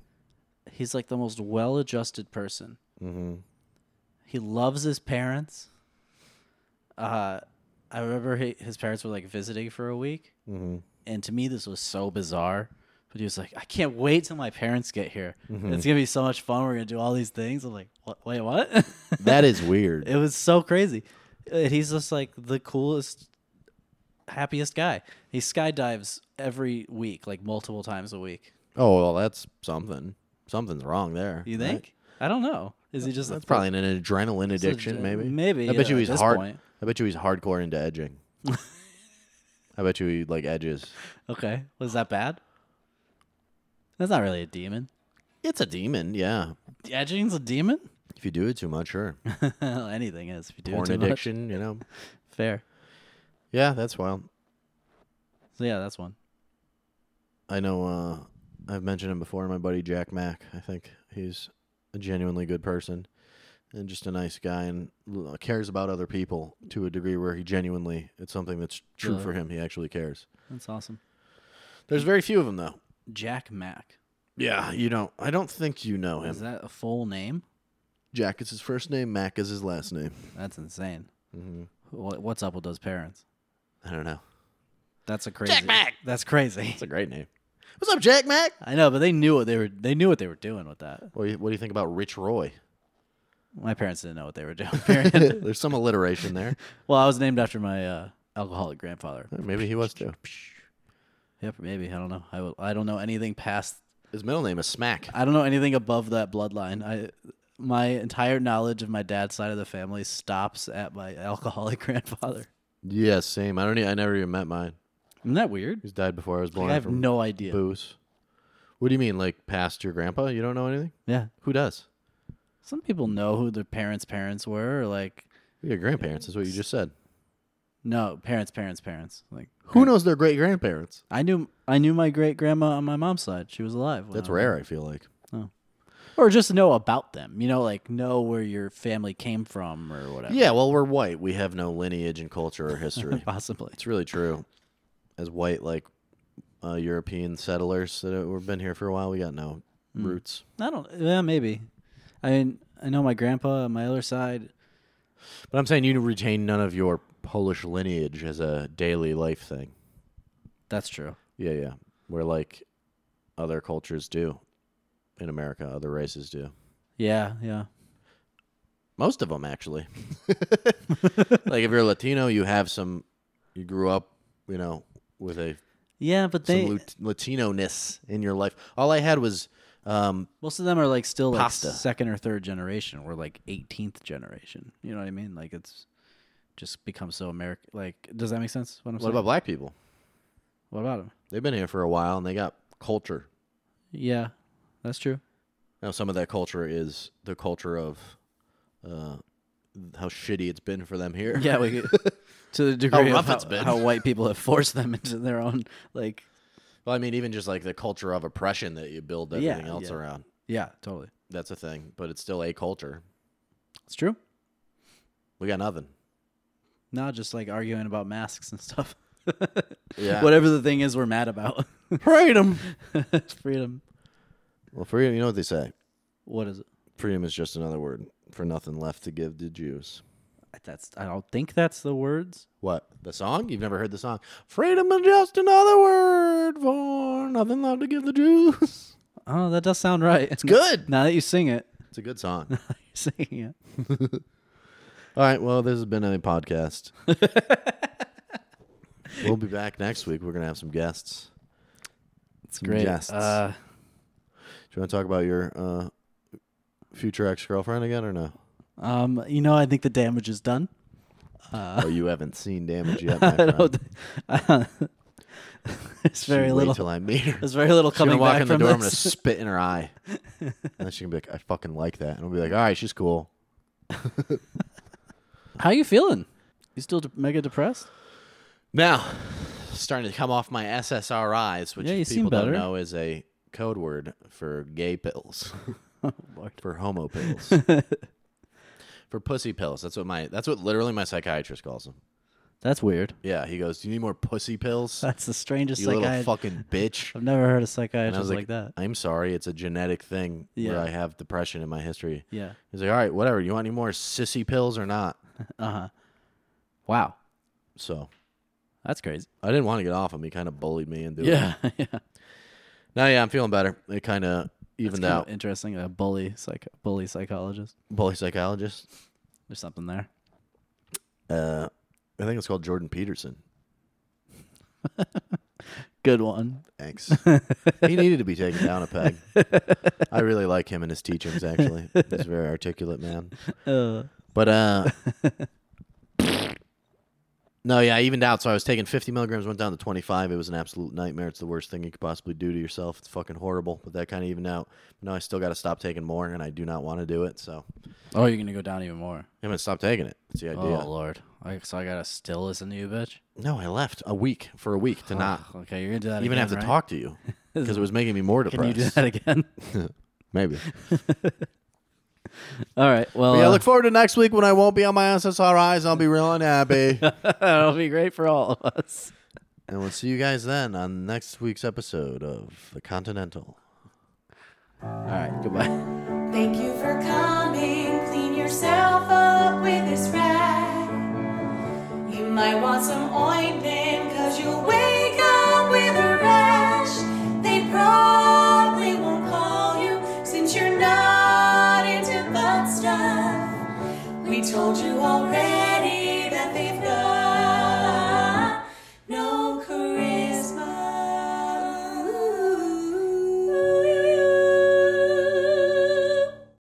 [SPEAKER 2] He's like the most well adjusted person.
[SPEAKER 3] Mm-hmm.
[SPEAKER 2] He loves his parents. Uh, I remember he, his parents were like visiting for a week.
[SPEAKER 3] Mm-hmm.
[SPEAKER 2] and to me this was so bizarre but he was like i can't wait till my parents get here
[SPEAKER 3] Mm-hmm.
[SPEAKER 2] it's gonna be so much fun we're gonna do all these things i'm like what? wait what
[SPEAKER 3] That is weird.
[SPEAKER 2] it was so crazy and he's just like the coolest happiest guy he skydives every week like multiple times a week
[SPEAKER 3] oh well, that's something. Something's wrong there.
[SPEAKER 2] you
[SPEAKER 3] right?
[SPEAKER 2] think i don't know is he just
[SPEAKER 3] That's probably an adrenaline
[SPEAKER 2] a-
[SPEAKER 3] addiction, maybe.
[SPEAKER 2] maybe,
[SPEAKER 3] I bet
[SPEAKER 2] yeah,
[SPEAKER 3] you
[SPEAKER 2] at
[SPEAKER 3] he's
[SPEAKER 2] this
[SPEAKER 3] hard.
[SPEAKER 2] point.
[SPEAKER 3] I bet you he's hardcore into edging. I bet you he like edges.
[SPEAKER 2] okay was that bad that's not really a demon
[SPEAKER 3] It's a demon, yeah.
[SPEAKER 2] edging's a demon
[SPEAKER 3] If you do it too much, sure.
[SPEAKER 2] Anything is if you do it
[SPEAKER 3] Porn
[SPEAKER 2] too much.
[SPEAKER 3] addiction, you know.
[SPEAKER 2] Fair.
[SPEAKER 3] Yeah, that's wild.
[SPEAKER 2] So yeah, that's one.
[SPEAKER 3] I know uh, I've mentioned him before, my buddy Jack Mack. I think he's a genuinely good person and just a nice guy and l- uh, cares about other people to a degree where he genuinely, it's something that's true
[SPEAKER 2] Yeah.
[SPEAKER 3] for him. He actually cares.
[SPEAKER 2] That's awesome.
[SPEAKER 3] There's very few of them, though.
[SPEAKER 2] Jack Mack.
[SPEAKER 3] Yeah, you don't. I don't think you know
[SPEAKER 2] Is
[SPEAKER 3] him.
[SPEAKER 2] that a full name?
[SPEAKER 3] Jack is his first name. Mac is his last name.
[SPEAKER 2] That's insane.
[SPEAKER 3] Mm-hmm.
[SPEAKER 2] What, what's up with those parents?
[SPEAKER 3] I don't know.
[SPEAKER 2] That's a crazy. That's crazy.
[SPEAKER 3] It's a great name. What's up, Jack Mac?
[SPEAKER 2] I know, but they knew what they were. They knew what they were doing with that.
[SPEAKER 3] What do you, what do you think about Rich Roy?
[SPEAKER 2] My parents didn't know what they were doing. Period.
[SPEAKER 3] There's some alliteration there.
[SPEAKER 2] well, I was named after my uh, alcoholic grandfather.
[SPEAKER 3] Maybe he was too.
[SPEAKER 2] Yep, maybe I don't know. I, will- I don't know anything past.
[SPEAKER 3] His middle name is Smack.
[SPEAKER 2] I don't know anything above that bloodline. I my entire knowledge of my dad's side of the family stops at my alcoholic grandfather.
[SPEAKER 3] Yeah, same. I don't. e- I never even met mine.
[SPEAKER 2] Isn't that weird?
[SPEAKER 3] He's died before I was born.
[SPEAKER 2] I have
[SPEAKER 3] from
[SPEAKER 2] no idea.
[SPEAKER 3] booze. What do you mean, like past your grandpa? You don't know anything?
[SPEAKER 2] Yeah,
[SPEAKER 3] Who does?
[SPEAKER 2] some people know who their parents' parents were, or like
[SPEAKER 3] Your grandparents is what you just said.
[SPEAKER 2] no parents' parents' parents. Like
[SPEAKER 3] Who knows their great grandparents?
[SPEAKER 2] I knew I knew my great grandma on my mom's side. She was alive. when
[SPEAKER 3] That's
[SPEAKER 2] I-
[SPEAKER 3] rare. I feel like.
[SPEAKER 2] Or just know about them. You know, like know where your family came from or whatever.
[SPEAKER 3] Yeah. Well, we're white. We have no lineage and culture or history.
[SPEAKER 2] possibly.
[SPEAKER 3] It's really true. As white, like uh, European settlers that have been here for a while, we got no roots.
[SPEAKER 2] I don't. Yeah, maybe. I mean, I know my grandpa on my other side.
[SPEAKER 3] But I'm saying you retain none of your Polish lineage as a daily life thing.
[SPEAKER 2] That's true.
[SPEAKER 3] Yeah, yeah. Where like other cultures do in America, other races do.
[SPEAKER 2] Yeah, yeah.
[SPEAKER 3] Most of them, actually. like if you're Latino, you have some. You grew up, you know, with a
[SPEAKER 2] Yeah, but they
[SPEAKER 3] some Lut- Latino-ness in your life. All I had was um,
[SPEAKER 2] most of them are like still like
[SPEAKER 3] Pasta.
[SPEAKER 2] second or third generation. We're like 18th generation. You know what I mean? Like it's just become so American. Like, does that make sense? What I'm
[SPEAKER 3] what
[SPEAKER 2] saying?
[SPEAKER 3] about black people?
[SPEAKER 2] what about them?
[SPEAKER 3] They've been here for a while and they got culture.
[SPEAKER 2] Yeah, that's true.
[SPEAKER 3] Now, some of that culture is the culture of uh, how shitty it's been for them here.
[SPEAKER 2] Yeah, we to the degree
[SPEAKER 3] rough
[SPEAKER 2] of how,
[SPEAKER 3] it's been.
[SPEAKER 2] how white people have forced them into their own like.
[SPEAKER 3] well, I mean, even just like the culture of oppression that you build
[SPEAKER 2] Yeah,
[SPEAKER 3] everything else
[SPEAKER 2] yeah.
[SPEAKER 3] around.
[SPEAKER 2] Yeah, totally.
[SPEAKER 3] That's a thing, but it's still a culture.
[SPEAKER 2] It's true.
[SPEAKER 3] We got nothing.
[SPEAKER 2] Not just like arguing about masks and stuff.
[SPEAKER 3] Yeah.
[SPEAKER 2] Whatever the thing is we're mad about.
[SPEAKER 3] Freedom.
[SPEAKER 2] Freedom.
[SPEAKER 3] Well, freedom, you know what they say?
[SPEAKER 2] What is it?
[SPEAKER 3] Freedom is just another word for nothing left to give to Jews.
[SPEAKER 2] That's I don't think that's the words.
[SPEAKER 3] What? The song? You've never heard the song. Freedom is just another word for nothing left to give the Jews.
[SPEAKER 2] Oh, that does sound right. It's
[SPEAKER 3] good.
[SPEAKER 2] Now that you sing it,
[SPEAKER 3] It's a good song.
[SPEAKER 2] you're singing it.
[SPEAKER 3] All right. Well, this has been a podcast. we'll be back next week. We're gonna have some guests.
[SPEAKER 2] It's
[SPEAKER 3] Some
[SPEAKER 2] great.
[SPEAKER 3] jests.
[SPEAKER 2] Uh,
[SPEAKER 3] Do you want to talk about your uh, future ex girlfriend again or no?
[SPEAKER 2] um, you know, I think the damage is done. Uh,
[SPEAKER 3] oh, you haven't seen damage yet, my friend.
[SPEAKER 2] it's
[SPEAKER 3] Just
[SPEAKER 2] very
[SPEAKER 3] wait
[SPEAKER 2] little.
[SPEAKER 3] till I meet her.
[SPEAKER 2] There's very little
[SPEAKER 3] She's gonna
[SPEAKER 2] coming
[SPEAKER 3] walk
[SPEAKER 2] back
[SPEAKER 3] in the
[SPEAKER 2] from
[SPEAKER 3] door. I'm gonna
[SPEAKER 2] this.
[SPEAKER 3] spit in her eye, and then she can be like, "I fucking like that," and I'll be like, "All right, she's cool."
[SPEAKER 2] How you feeling? You still de- mega depressed?
[SPEAKER 3] Now, starting to come off my SSRIs, which
[SPEAKER 2] Yeah, you
[SPEAKER 3] people
[SPEAKER 2] seem
[SPEAKER 3] don't
[SPEAKER 2] better.
[SPEAKER 3] know is a code word for gay pills,
[SPEAKER 2] Oh, Lord.
[SPEAKER 3] for homo pills, for pussy pills. That's what my that's what literally my psychiatrist calls them.
[SPEAKER 2] That's weird.
[SPEAKER 3] Yeah, he goes, "Do you need more pussy pills?
[SPEAKER 2] That's the strangest
[SPEAKER 3] you little
[SPEAKER 2] psychiatrist.
[SPEAKER 3] fucking bitch."
[SPEAKER 2] I've never heard a
[SPEAKER 3] And I was
[SPEAKER 2] psychiatrist
[SPEAKER 3] like,
[SPEAKER 2] like, that.
[SPEAKER 3] I'm sorry, it's a genetic thing where
[SPEAKER 2] Yeah.
[SPEAKER 3] I have depression in my history.
[SPEAKER 2] Yeah.
[SPEAKER 3] He's like, all right, whatever. You want any more sissy pills or not?
[SPEAKER 2] Uh huh. Wow.
[SPEAKER 3] So
[SPEAKER 2] That's crazy.
[SPEAKER 3] I didn't want to get off him. He kind of bullied me into it.
[SPEAKER 2] Yeah. yeah.
[SPEAKER 3] Now, yeah, I'm feeling better. It kind of evened
[SPEAKER 2] Kinda
[SPEAKER 3] out.
[SPEAKER 2] interesting. A bully psych bully psychologist.
[SPEAKER 3] Bully psychologist.
[SPEAKER 2] There's something there.
[SPEAKER 3] Uh, I think it's called Jordan Peterson.
[SPEAKER 2] Good one.
[SPEAKER 3] Thanks. he needed to be taken down a peg. I really like him and his teachings, actually. He's a very articulate man.
[SPEAKER 2] Uh,
[SPEAKER 3] But uh No, yeah, I evened out. So I was taking 50 milligrams, went down to 25. It was an absolute nightmare. It's the worst thing you could possibly do to yourself. It's fucking horrible, but that kind of evened out. But now I still got to stop taking more, and I do not want to do it. So I'm
[SPEAKER 2] Oh, you're gonna go down even more.
[SPEAKER 3] going to stop taking it. That's the idea.
[SPEAKER 2] Oh lord. I, so I gotta still listen to you, bitch.
[SPEAKER 3] no, I left a week for a week to not
[SPEAKER 2] Okay, you're gonna do that. again,
[SPEAKER 3] even have to
[SPEAKER 2] right?
[SPEAKER 3] talk to you because it was making me more
[SPEAKER 2] Can you
[SPEAKER 3] depressed.
[SPEAKER 2] do that again?
[SPEAKER 3] Maybe.
[SPEAKER 2] All right. Well,
[SPEAKER 3] But yeah,
[SPEAKER 2] uh,
[SPEAKER 3] look forward to next week when I won't be on my SSRIs. I'll be real unhappy.
[SPEAKER 2] that'll be great for all of us.
[SPEAKER 3] and we'll see you guys then on next week's episode of The Continental.
[SPEAKER 2] All right. Goodbye.
[SPEAKER 1] Thank you for coming. Clean yourself up with this rag. You might want some ointment, cause you'll wake up with a rash. They probably won't call you since you're not into butt stuff. We told you already that they've got.